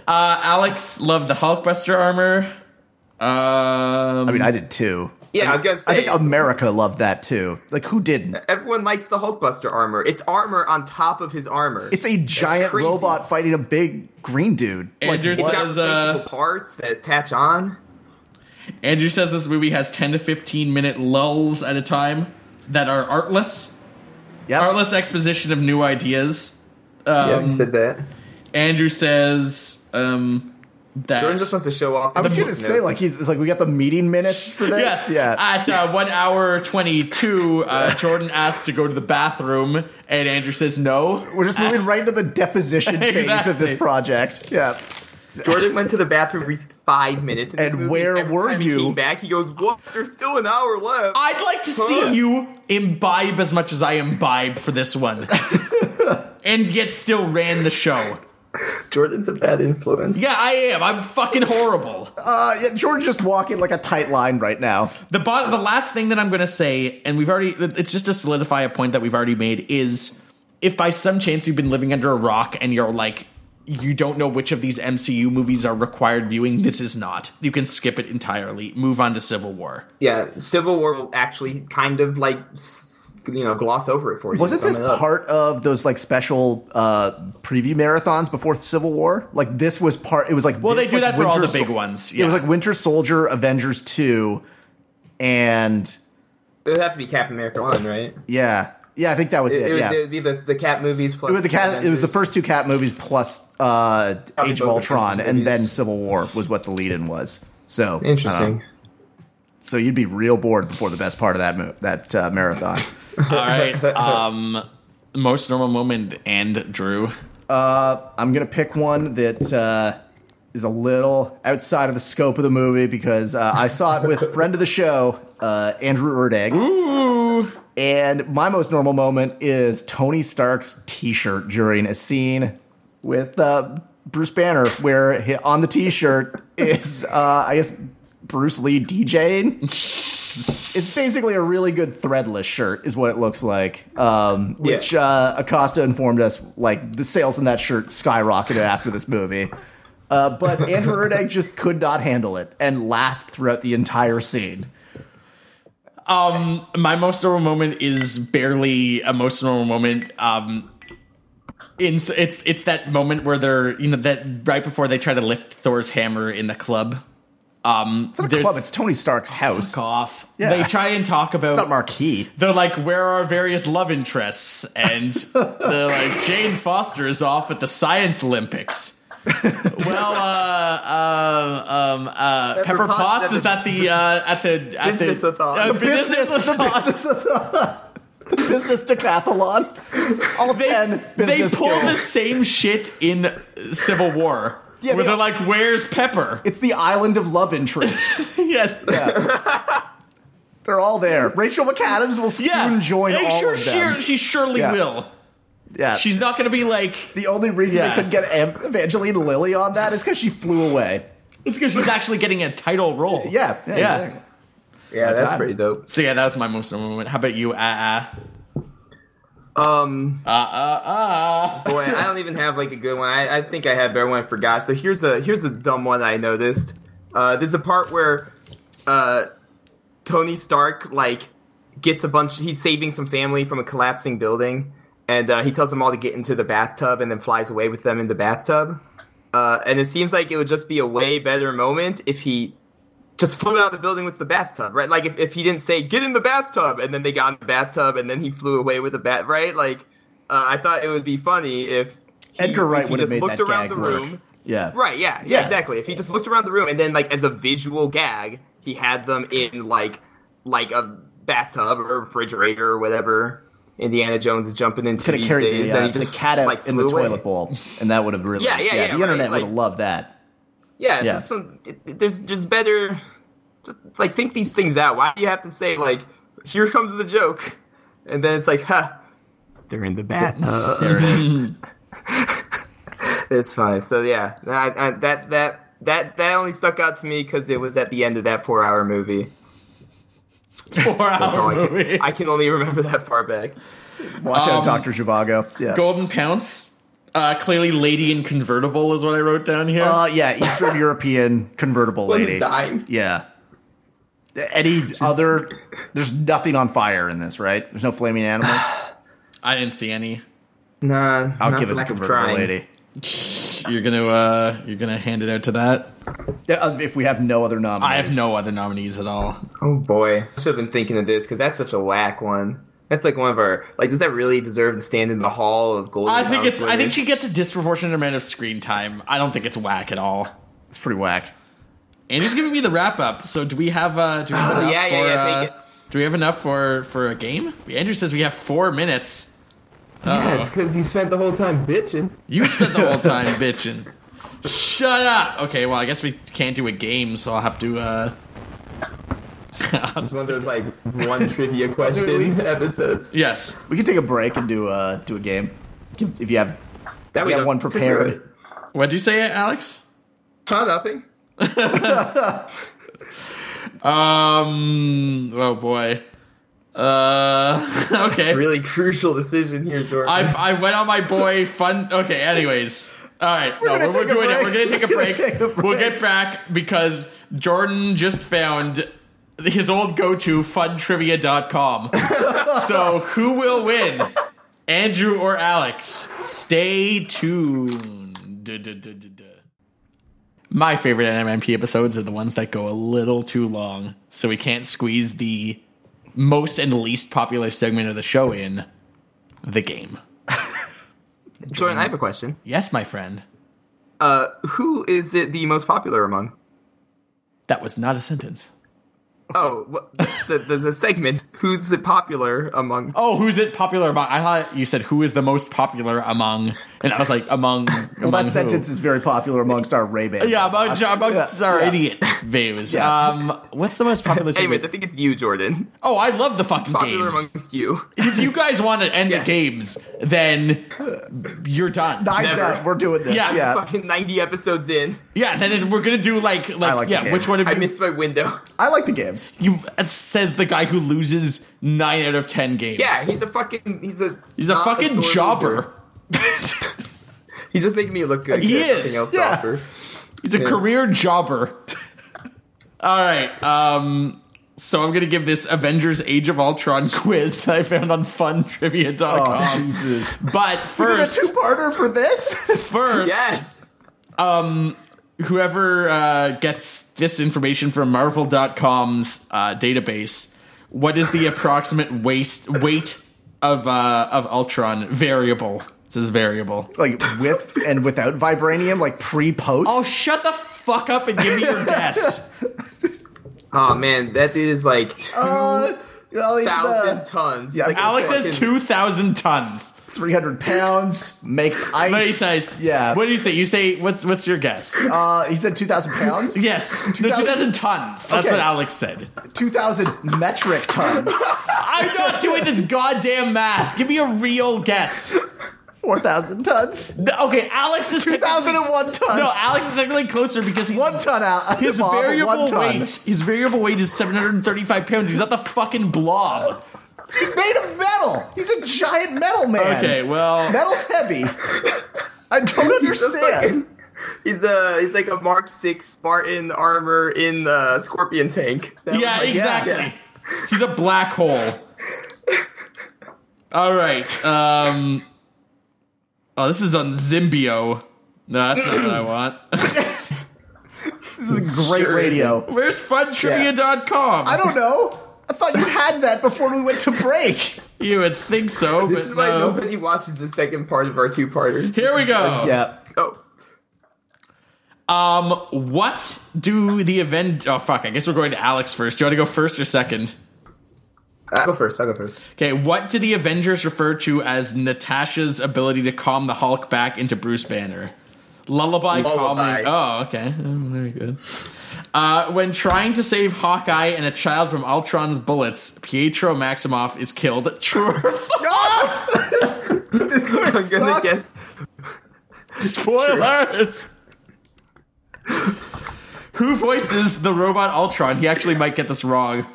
uh, Alex loved the Hulkbuster armor. Um, I mean, I did too. Yeah, I was gonna say. I think America loved that too. Like, who didn't? Everyone likes the Hulkbuster armor. It's armor on top of his armor. It's a giant crazy. robot fighting a big green dude. Like, Andrew it's says, got uh, um, replaceable parts that attach on. Andrew says this movie has 10 to 15 minute lulls at a time that are artless, yep. artless exposition of new ideas. Um, yeah, you said that. Andrew says um, that Jordan just wants to show off. I was his going to notes. say, like, he's it's like, we got the meeting minutes for this. yeah. Yeah. At uh, one hour twenty two, uh, Jordan asks to go to the bathroom, and Andrew says no. We're just moving right into the deposition phase of Exactly. this project. Yeah. Jordan went to the bathroom for five minutes. in this And movie. where Every were time you? He came back. He goes, "What? There's still an hour left." I'd like to see you imbibe as much as I imbibe for this one, and yet still ran the show. Jordan's a bad influence. Yeah, I am. I'm fucking horrible. Uh, yeah, Jordan's just walking like a tight line right now. The bottom, the last thing that I'm going to say, and we've already, it's just to solidify a point that we've already made is if by some chance you've been living under a rock and you're like, you don't know which of these MCU movies are required viewing, this is not. You can skip it entirely. Move on to Civil War. Yeah, Civil War will actually kind of like s- you know gloss over it for you. Wasn't sum this it up. part of those like special uh preview marathons before Civil War? Like this was part. It was like Well, this, they do like, that for all the Winter Sol- big ones. It was Yeah. like Winter Soldier, Avengers two, and It would have to be Captain America one, right? yeah, yeah. I think that was It, it. it would, yeah, it would be the, the Cap movies plus. it was the cat. It was the Avengers. first two Cat movies plus uh Probably Age of both Ultron, Avengers and movies. then Civil War was what the lead in was. So I don't Interesting. know. So you'd be real bored before the best part of that mo- that uh, marathon. All right. Um, most normal moment and Drew. I'm gonna pick one that uh, is a little outside of the scope of the movie because uh, I saw it with friend of the show uh, Andrew Erdeg, Ooh. and my most normal moment is Tony Stark's T-shirt during a scene with uh, Bruce Banner, where he, on the T-shirt is uh, I guess Bruce Lee DJing. It's basically a really good threadless shirt, is what it looks like. Um, Yeah. Which uh, Acosta informed us, like the sales in that shirt skyrocketed after this movie. Uh, but Andrew Erdeg just could not handle it and laughed throughout the entire scene. Um, my most normal moment is barely a most normal moment. Um, in, it's it's that moment where they're you know that right before they try to lift Thor's hammer in the club. Um, It's not a club; it's Tony Stark's house. It's off. Yeah. They try and talk about Oh, not marquee. they're like, where are our various love interests? And they're like, Jane Foster is off at the Science Olympics. well, uh, um, um, uh, Pepper, Pepper Potts, Potts at is the- at the uh, at the at Business the, Athon. uh, The Business, business the business, the business decathlon. All ten they pull business skills. the same shit in Civil War. Yeah, where they- they, are like, "Where's Pepper?" it's the island of love interests. yeah, yeah. They're all there. Rachel McAdams will soon join Like, all sure, of them. sure, she surely Yeah. will. Yeah. She's not going to be like the only reason Yeah. they couldn't get Ev- Evangeline Lilly on that is because she flew away. it's because she's actually getting a title role. Yeah. Yeah. Yeah. exactly. Yeah, that's time. pretty dope. So yeah, that was my most memorable moment. How about you? Ah Um, ah ah ah ah. boy, I don't even have like a good one. I, I think I had better one I forgot. So here's a here's a dumb one I noticed. Uh, there's a part where uh, Tony Stark like gets a bunch. He's saving some family from a collapsing building, and uh, he tells them all to get into the bathtub, and then flies away with them in the bathtub. Uh, and it seems like it would just be a way better moment if he just flew out of the building with the bathtub, right? Like if, if he didn't say "get in the bathtub" and then they got in the bathtub and then he flew away with the bat, right? Like uh, I thought it would be funny if he, Edgar Wright if he would have just made looked that around gag the work. room, Yeah. right? Yeah, yeah, Yeah. exactly. If he just looked around the room and then like as a visual gag, he had them in like like a bathtub or refrigerator or whatever. Indiana Jones is jumping into Could have these carried days, the, uh, and he the just cat out like, in the flew away. toilet bowl, and that would have really. Yeah, yeah, yeah, The right, internet would like- have loved that. Yeah, it's Yeah. just some, it- it- there's there's better. Just like think these things out. Why do you have to say like, "Here comes the joke," and then it's like, "Huh, they're in the bathtub." There it is. it's fine. So yeah, I, I, that that that that only stuck out to me because it was at the end of that four hour movie. Four That's all hour I can, movie. I can only remember that far back. Watch out, Um, Doctor Zhivago. Yeah. Golden pounce. Uh, clearly, lady in convertible is what I wrote down here. Uh, yeah, Eastern European convertible lady. Dying. Yeah. Any other? There's nothing on fire in this, right? There's no flaming animals. I didn't see any. Nah, I'll not give it for to lack of convertible trying. lady. You're gonna uh, you're gonna hand it out to that. Yeah, uh, if we have no other nominees, I have no other nominees at all. Oh boy, I should have been thinking of this because that's such a whack one. That's like one of our like. Does that really deserve to stand in the hall of golden? I think it's. I think Houses? she gets a disproportionate amount of screen time. I don't think it's whack at all. It's pretty whack. Andrew's giving me the wrap up. So do we have? Uh, do we have Oh, enough yeah, yeah, for? yeah, take uh, do we have enough for for a game? Andrew says we have four minutes. Yeah, Oh, it's because you spent the whole time bitching. you spent the whole time bitching. Shut up. Okay, well I guess we can't do a game, so I'll have to. uh It's one of those like one trivia question episodes. Yes. We can take a break and do uh do a game Give- if you have. That we have one prepared. What'd you say, Alex? Huh? Nothing. Um. Oh boy. Uh. Okay. Really crucial decision here, Jordan. I I went on my boy fun. Okay, anyways. All right, no, gonna we're, we're take a doing it. We're break. gonna take a break. We're gonna take a break. We'll get back because Jordan just found his old go-to funtrivia.com. so who will win, Andrew or Alex? Stay tuned. Duh, duh, duh, duh, duh. My favorite NMMP episodes are the ones that go a little too long, so we can't squeeze the most and least popular segment of the show in the game. Jordan, I have a question. Yes, my friend. Uh, who is it the most popular among? That was not a sentence. Oh, wh- the, the the segment. Who's it popular among? Oh, who's it popular among? I thought you said who is the most popular among, and I was like among. Well, that sentence is very popular amongst our Ray Ban. yeah among, among our yeah. idiot views. Yeah. Um, what's the most popular? Anyways, I segment? think it's you, Jordan. oh, I love the fucking Popular games. amongst you. if you guys want to end the Yes. games, then you're done. Knives Never. Out, We're doing this. Yeah. Yeah. Fucking ninety episodes in. yeah, then it- we're gonna do like like, like the yeah. Which games. one of I you, missed my window. I like the games. you uh, says the guy who loses nine out of ten games? Yeah, he's a fucking. He's a. he's a not fucking sore jobber. loser. He's just making me look good. 'cause He I have nothing is, else to yeah. offer. He's a Yeah. career jobber. All right. Um, so I'm going to give this Avengers Age of Ultron quiz that I found on Oh, funtrivia.com. Jesus. but first, Did a two-parter for this? first, Yes. whoever uh, gets this information from Marvel.com's uh, database, what is the approximate waste weight of uh, of Ultron variable? It says variable. like with and without vibranium, like pre-post. Oh, shut the fuck up and give me your guess. Oh man, that dude is like two Uh, well, he's, thousand uh, tons. yeah, Like a Alex fucking- has two thousand tons. 300 pounds, makes ice. Very nice. Yeah. What do you say? You say what's what's your guess? Uh, he said 2,000 pounds? yes. No, 2000 two thousand tons. That's Okay. what Alex said. 2,000 metric tons. I'm not doing this goddamn math. Give me a real guess. Four thousand tons. No, okay, Alex is Two technically- thousand and one tons. No, Alex is technically closer because he, one ton out. his Bob, variable one ton. weight, his variable weight is 735 pounds. He's not the fucking blob. He's made of metal. He's a giant metal man. Okay, well, Metal's heavy. I don't understand. He's a he's like a Mark Six Spartan armor in the Scorpion tank. That was yeah, like- exactly. He's a black hole. All right. Um, oh, this is on Zimbio. No, that's not what I want. This is great Sure. radio. Where's funtrivia.com? I don't know. I thought you had that before we went to break. You would think so, This but is why no. nobody watches the second part of our two parters. Here we go. Yeah. Oh, Um, what do the event? Oh fuck! I guess we're going to Alex first. Do you want to go first or second? I'll go first. I'll go first. Okay. What do the Avengers refer to as Natasha's ability to calm the Hulk back into Bruce Banner? Lullaby, Lullaby. calming. Oh, okay. Mm, Very good. Uh, when trying to save Hawkeye and a child from Ultron's bullets, Pietro Maximoff is killed. True or false? I'm gonna sucks. guess. Spoilers. Who voices the robot Ultron? He actually might get this wrong.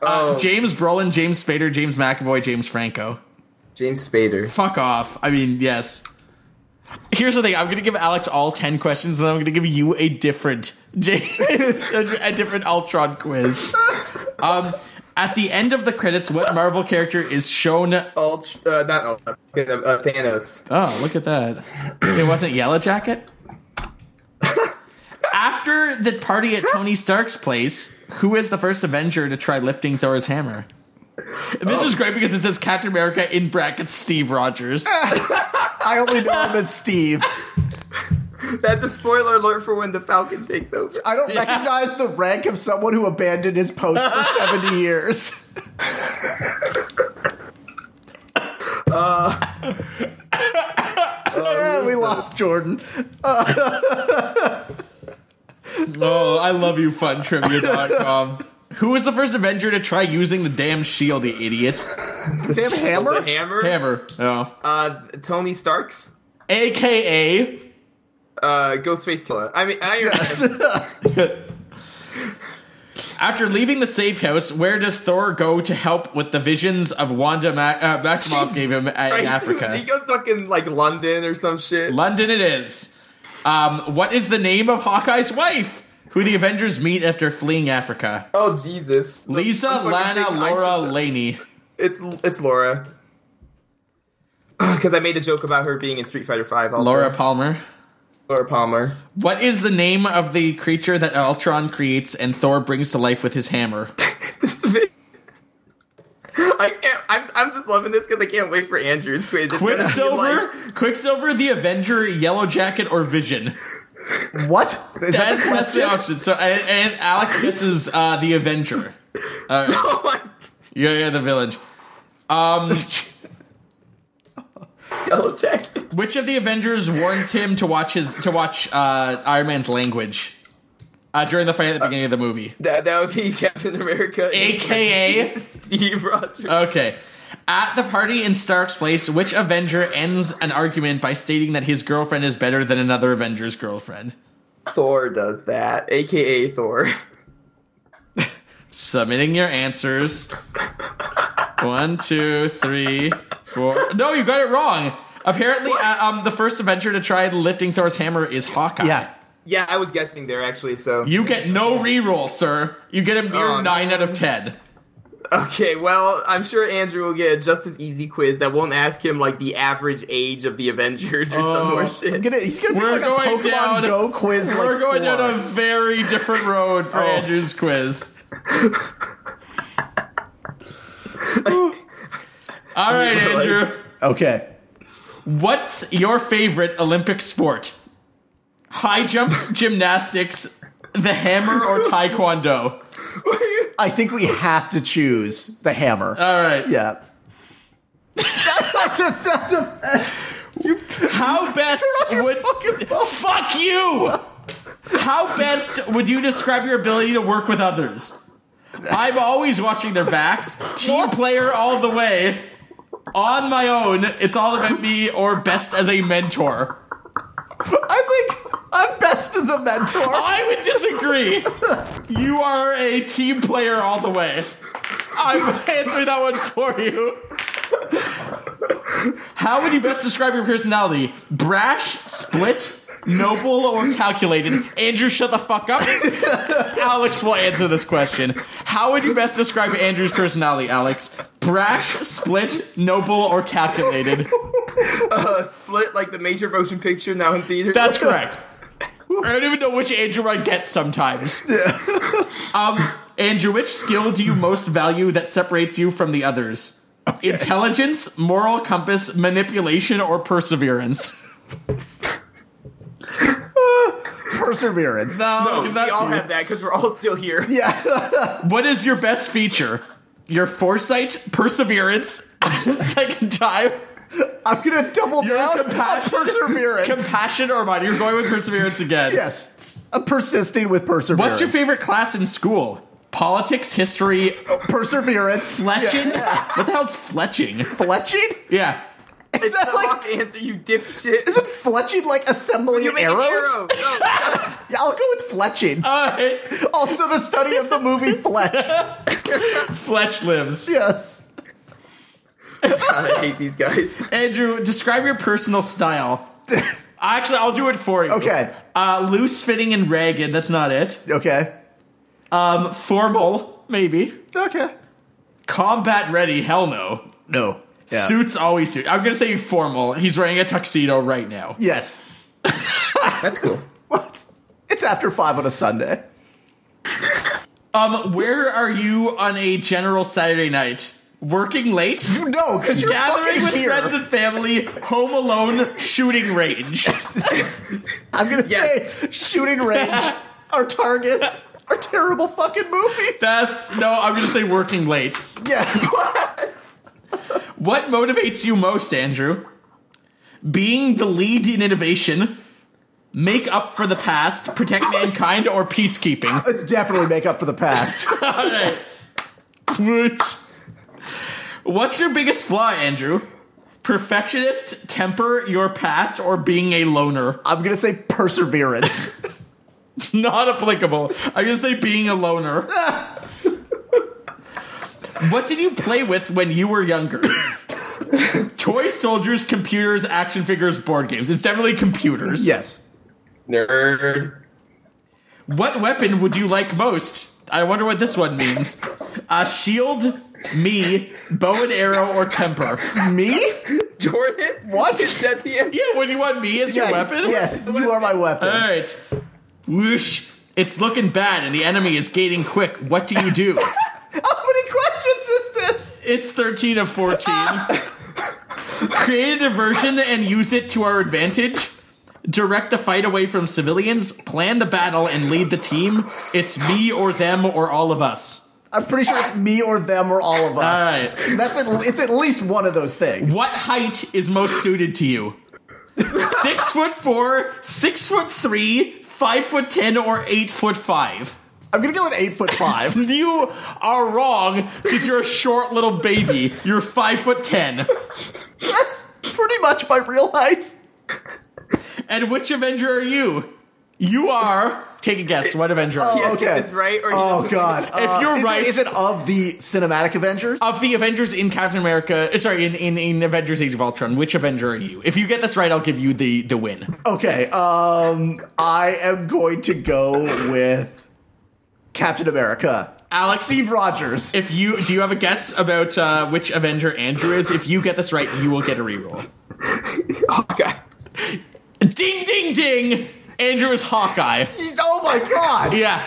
Oh, James Brolin, James Spader, James McAvoy, James Franco. James Spader. Fuck off. I mean, yes. Here's the thing. I'm going to give Alex all 10 questions, and then I'm going to give you a different James, a, a different Ultron quiz. Um, at the end of the credits, what Marvel character is shown? Oh, Ult- uh, not Ult- uh, Thanos. look at that. It wasn't Yellow Jacket? After the party at Tony Stark's place, who is the first Avenger to try lifting Thor's hammer? This is great because it says Captain America in brackets Steve Rogers. I only know him as Steve. That's a spoiler alert for when the Falcon takes over. Uh, I don't recognize the rank of someone who abandoned his post for 70 years. Uh. Yeah, we lost Jordan. Oh, I love you, funtrivia.com. Who was the first Avenger to try using the damn shield, you idiot? Sam The Hammer? hammer. Hammer. Oh. Uh, Tony Starks. AKA. Uh, Ghostface Killer. I mean, Iron Man. After leaving the safe house, where does Thor go to help with the visions of Wanda Ma- uh, Maximoff gave him at, in Right? Africa? He goes fucking like London or some shit. London it is. Um, what is the name of Hawkeye's wife, who the Avengers meet after fleeing Africa? oh Jesus. Lisa, I'm fucking Lana, thinking I Laura, should- Laney. It's it's Laura. Because I made a joke about her being in Street Fighter Five. Also. Laura Palmer. Laura Palmer. What is the name of the creature that Ultron creates and Thor brings to life with his hammer? I can't, I'm I'm just loving this because I can't wait for Andrew's quiz. It's gonna be Quicksilver, like- Quicksilver, the Avenger, Yellow Jacket, or Vision? What? Is that the That's, that's question? the option. So, and, and Alex gets his uh, the Avenger. All right, oh my yeah, yeah, the village. Um, yellow jacket. which of the Avengers warns him to watch his to watch uh, Iron Man's language uh, during the fight at the beginning of the movie? That that would be Captain America, AKA? Steve Rogers. Okay. At the party in Stark's place, which Avenger ends an argument by stating that his girlfriend is better than another Avenger's girlfriend? Thor does that, AKA Thor. Submitting your answers. One, two, three, four. No, you got it wrong. Apparently, uh, um, the first Avenger to try lifting Thor's hammer is Hawkeye. Yeah. Yeah, I was guessing there actually. So You get no reroll, sir. You get a mere Oh, nine no. out of ten. okay, well, I'm sure Andrew will get a just as easy quiz that won't ask him like the average age of the Avengers or some Oh. more I'm shit. gonna, he's gonna We're be like going a Pokemon down- Go quiz. like We're going four. Oh. down a very different road for Andrew's quiz. All right, Realize- Andrew. Okay. What's your favorite Olympic sport? High jump, gymnastics, the hammer, or taekwondo? I think we have to choose the hammer. All right. yeah. That's not the- How best would fuck you? How best would you describe your ability to work with others? I'm always watching their backs. Team player all the way. on my own. It's all about me or best as a mentor. I think I'm best as a mentor. I would disagree. You are a team player all the way. I'm answering that one for you. How would you best describe your personality? Brash, split, noble, or calculated? Andrew, shut the fuck up. Alex will answer this question. How would you best describe Andrew's personality, Alex? Brash, split, noble, or calculated? Uh, split like the major motion picture now in theaters. That's correct. I don't even know which Andrew I get sometimes. um, Andrew, which skill do you most value that separates you from the others? Intelligence, moral compass, manipulation, or perseverance? Perseverance. No, we Oh, that's all you. have that because we're all still here. Yeah. What is your best feature? Your foresight, perseverance, second time, I'm gonna double down on compassion- perseverance. compassion, or mind. You're going with perseverance again. yes. I'm persisting with perseverance. What's your favorite class in school? Politics, history, Perseverance. fletching? What the hell's fletching? Fletching? Yeah. Is that that like- like answer, you dipshit? Isn't fletching like assembling You make an arrows? arrow. No. Yeah, I'll go with fletching. All right. also, the study of the movie Fletch. Fletch lives. Yes. God, I hate these guys. Andrew, describe your personal style. Actually, I'll do it for you. Okay. Uh, loose fitting and ragged. That's not it. Okay. Um, formal, maybe. Okay. Combat ready. Hell no. No. Yeah. Suits always suit. I'm gonna say formal. He's wearing a tuxedo right now. Yes. That's cool. What? It's after five on a Sunday. Um, where are you on a general Saturday night? Working late, No, because you're gathering fucking with here. friends and family, home alone, shooting range. I'm gonna Yes. say shooting range. our targets are terrible fucking movies. That's no. I'm gonna say working late. yeah. What motivates you most, Andrew? Being the lead in innovation, make up for the past, protect mankind, or peacekeeping? Let's definitely make up for the past. All right. Which- What's your biggest flaw, Andrew? Perfectionist, temper, your past, or being a loner? I'm gonna say perseverance. It's not applicable. I just say being a loner. what did you play with when you were younger? Toy soldiers, computers, action figures, board games. It's definitely computers. yes. Nerd. What weapon would you like most? I wonder what this one means. A shield, me, bow and arrow, or temper. Me? Jordan? What? Is that the end? Yeah, would you want me as your Yeah, weapon? Yes, you are my weapon. All right. Whoosh. It's looking bad and the enemy is gating quick. What do you do? How many questions is this? It's 13 of 14. Create a diversion and use it to our advantage. Direct the fight away from civilians. Plan the battle and lead the team. It's me or them or all of us. I'm pretty sure it's me or them or all of us. All right. That's at, it's at least one of those things. What height is most suited to you? six foot four, six foot three, five foot ten, or eight foot five? I'm gonna go with eight foot five. You are wrong because you're a short little baby. You're five foot ten. That's pretty much my real height. And which Avenger are you? You are. Take a guess. What Avenger? are you? Yeah, okay. It's right. Or you Oh god. Uh, you're is it- right- is it of the cinematic Avengers? Of the Avengers in Captain America, uh, sorry, in, in, in Avengers Age of Ultron, which Avenger are you? If you get this right, I'll give you the, the win. Okay, um, I am going to go with Captain America. Alex, Steve Rogers. if you do you have a guess about uh, which Avenger Andrew is? If you get this right, you will get a reroll. Oh, God. Ding, ding, ding! Andrew is Hawkeye. oh my god! Yeah.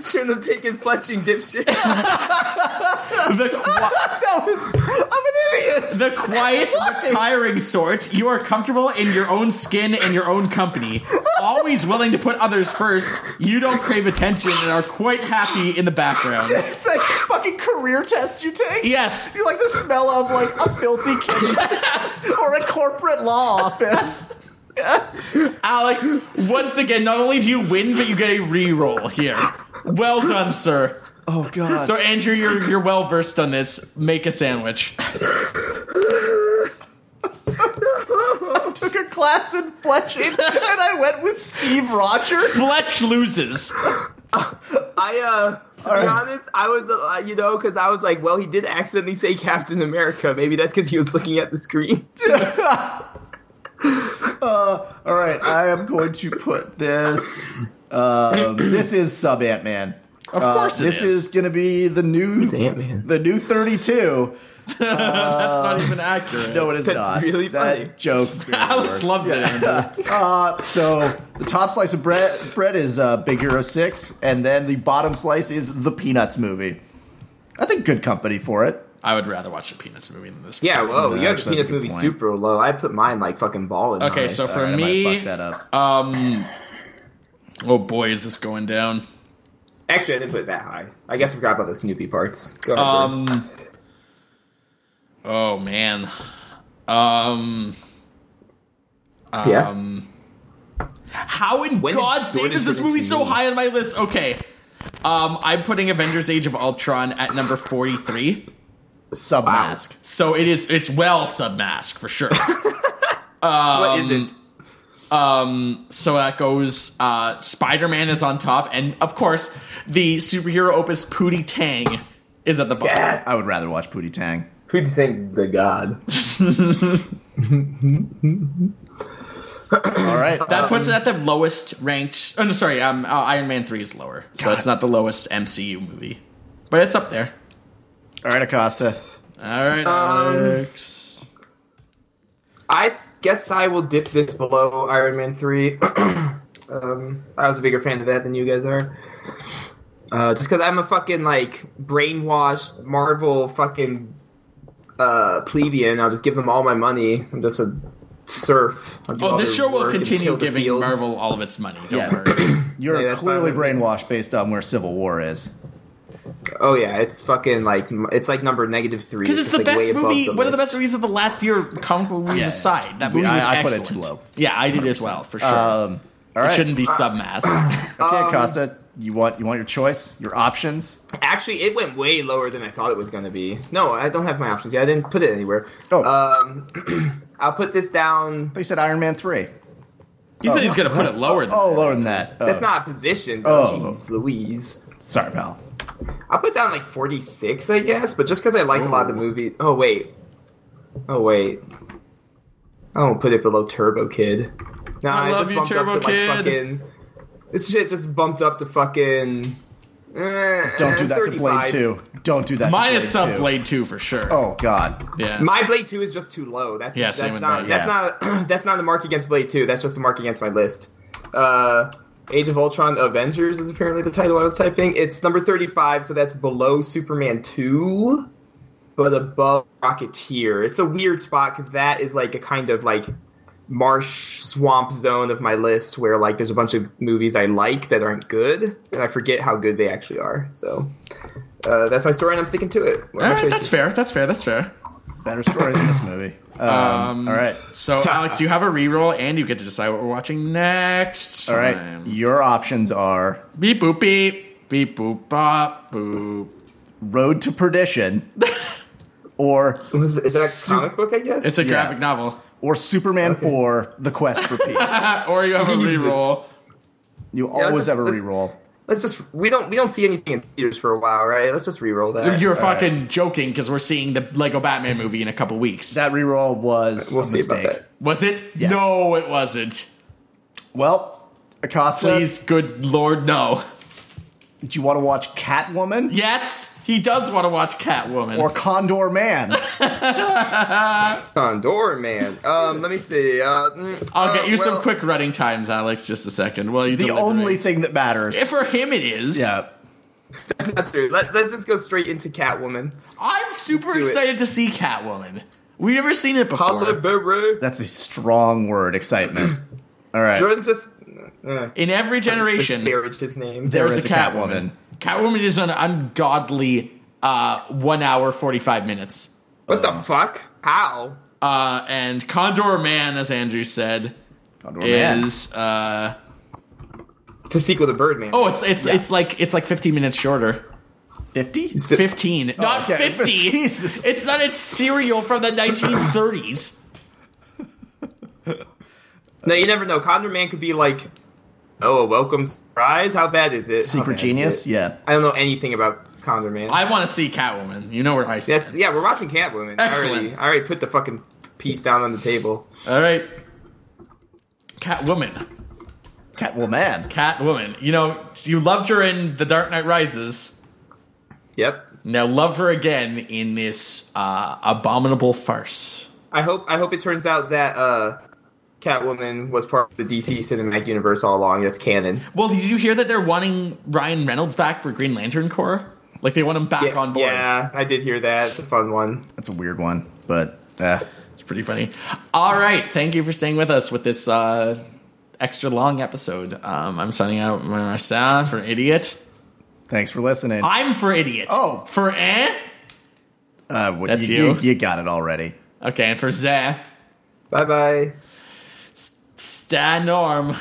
Shouldn't have taken fletching, dipshit. The, qui- That was. I'm an idiot! the quiet, Why? retiring sort. You are comfortable in your own skin and your own company. Always willing to put others first. You don't crave attention and are quite happy in the background. It's like fucking career test you take? Yes. You like the smell of like a filthy kitchen or a corporate law office. Alex, once again, not only do you win, but you get a re-roll here. Well done, sir. Oh god. So Andrew, you're you're well versed on this. Make a sandwich. class in Fletch, and I went with Steve Rogers. Fletch loses. I uh. To be honest, I was, uh, you know, because I was like, well, he did accidentally say Captain America. Maybe that's because he was looking at the screen. All right, I am going to put this. Um, this is sub Ant Man. Of course, it Uh, this is, going to be the new Ant-Man? the new thirty two. That's not even accurate. uh, No, it is That's not. really that funny. joke. Alex loves it. Andrew. So the top slice of bread bread is uh, Big Hero Six, and then the bottom slice is the Peanuts movie. I think good company for it. I would rather watch the Peanuts movie than this. Yeah, whoa, Yeah, you have the actually, that's Peanuts a good movie point. super low. I put mine like fucking balling. Okay, so for Alright, I might me, fuck that up. um, oh boy, is this going down? actually, I didn't put it that high. I guess I forgot about the Snoopy parts. Go ahead, Jordan. Um, oh man, um, yeah. how in When did God's name Jordan is this turn into movie so me? high on my list? Okay, um, I'm putting Avengers: Age of Ultron at number forty-three. Sub mask. So it is. It's well submask for sure. what is it? Um, so that goes. Uh, Spider Man is on top, and of course, the superhero opus Pootie Tang is at the bottom. Yes. I would rather watch Pootie Tang. Who do you think the god? All right, That Um, puts it at the lowest ranked. Oh, no, sorry. Um, uh, Iron Man three is lower, so it's not the lowest MCU movie, but it's up there. all right, Acosta. All right, Um, Alex. I guess I will dip this below Iron Man 3. um, I was a bigger fan of that than you guys are. Uh, just because I'm a fucking, like, brainwashed Marvel fucking uh, plebeian. I'll just give them all my money. I'm just a serf. I'll do Oh, all this their show will work and continue till the giving fields. Marvel all of its money. Don't Yeah. worry. You're Yeah, that's clearly fine. brainwashed based on where Civil War is. Oh, yeah. It's fucking, like, m- it's like number negative three. Because it's just, the like, way best above movie, the one of the list. best movies of the last year, comic book movies Yeah. aside. That movie I- was I put it excellent. too low. Yeah, I did as well, for sure. Um, all It right, shouldn't be submask. okay, Um, Acosta. You want you want your choice, your options. Actually, it went way lower than I thought it was going to be. No, I don't have my options yet. I didn't put it anywhere. Oh. Um, I'll put this down. They said Iron Man three. he said he's going to put it lower than Oh, lower than that. Oh, That's not a position. though. Oh. Jeez Louise. sorry, pal. I'll put down like 46, I guess, but just because I like a lot of the movie. Oh, wait. Oh, wait. I won't put it below Turbo Kid. Nah, I it love just you, bumped Turbo up to, Kid. Like, fucking, this shit just bumped up to fucking. eh, Don't do that to Blade 35. two. Don't do that. Mine to Blade is sub 2. Blade 2 for sure. Oh God. yeah. My Blade Two is just too low. That's Yeah, that's same with not mine, that's yeah. not that's not the mark against Blade Two. That's just the mark against my list. Uh, Age of Ultron Avengers is apparently the title I was typing. It's number thirty five, so that's below Superman Two, but above Rocketeer. It's a weird spot because that is like a kind of like marsh swamp zone of my list where like there's a bunch of movies I like that aren't good and I forget how good they actually are. So uh, that's my story and I'm sticking to it. What are All my right, that's choices? fair. That's fair. That's fair. Better story than this movie. Um, all right. So, Alex, you have a reroll and you get to decide what we're watching next. All right. time. Your options are Beep boop beep. Beep boop bop boop. Road to Perdition, or Was, is that a comic book? I guess It's a Yeah. graphic novel. Ah, or Superman four: The Quest for Peace. or you have a Jesus. reroll. You let's always just- have a let's- reroll. Let's just we don't we don't see anything in theaters for a while, right? Let's just re-roll that. You're fucking joking because we're seeing the Lego Batman movie in a couple weeks. That reroll was we'll a see mistake. about that. Was it? Yes. No, it wasn't. Well, Acosta, Please, good lord, no. do you want to watch Catwoman Yes, he does want to watch Catwoman. or Condor Man? Condor Man. Um, let me see. Uh, mm, I'll uh, get you some well, quick running times, Alex. Just a second. Well, you the deliberate. only thing that matters. for him it is. yeah. That's not true. Let, us just go straight into Catwoman. I'm super do it. excited to see Catwoman. We've never seen it before. Holly Berry. That's a strong word, excitement. All right. Jordan's just uh, In every generation, disparaged his name. There there's is a Catwoman. Catwoman is an ungodly uh, one hour forty five minutes. What the fuck? How? Uh, and Condor Man, as Andrew said, Oh, Condor Man. is uh, To sequel to Birdman. oh, it's it's it's like it's like fifteen minutes shorter. 50? Fifteen, not Oh, okay. fifty. Jesus. It's not. It's cereal from the nineteen thirties. No, you never know. Condor Man could be like, oh, a welcome surprise. How bad is it? How Secret bad is Genius. it? Yeah. I don't know anything about Condor Man. I want to see Catwoman. You know where I stand. That's yeah. We're watching Catwoman. I already, Excellent. I already put the fucking piece down on the table. All right. Catwoman. Catwoman. Catwoman. You know, you loved her in The Dark Knight Rises. Yep. Now love her again in this uh, abominable farce. I hope. I hope it turns out that uh, Catwoman was part of the DC cinematic universe all along. That's canon. Well, did you hear that they're wanting Ryan Reynolds back for Green Lantern Corps? Like they want him back Yeah, on board. yeah, I did hear that. It's a fun one. That's a weird one, but uh, It's pretty funny. All right, thank you for staying with us with this uh, extra long episode. Um, I'm signing out myself for idiot. thanks for listening. I'm for idiot. Oh. for eh? Uh, what- That's you, you. you. You got it already. Okay, and for Zah, Bye bye. Stan Norm.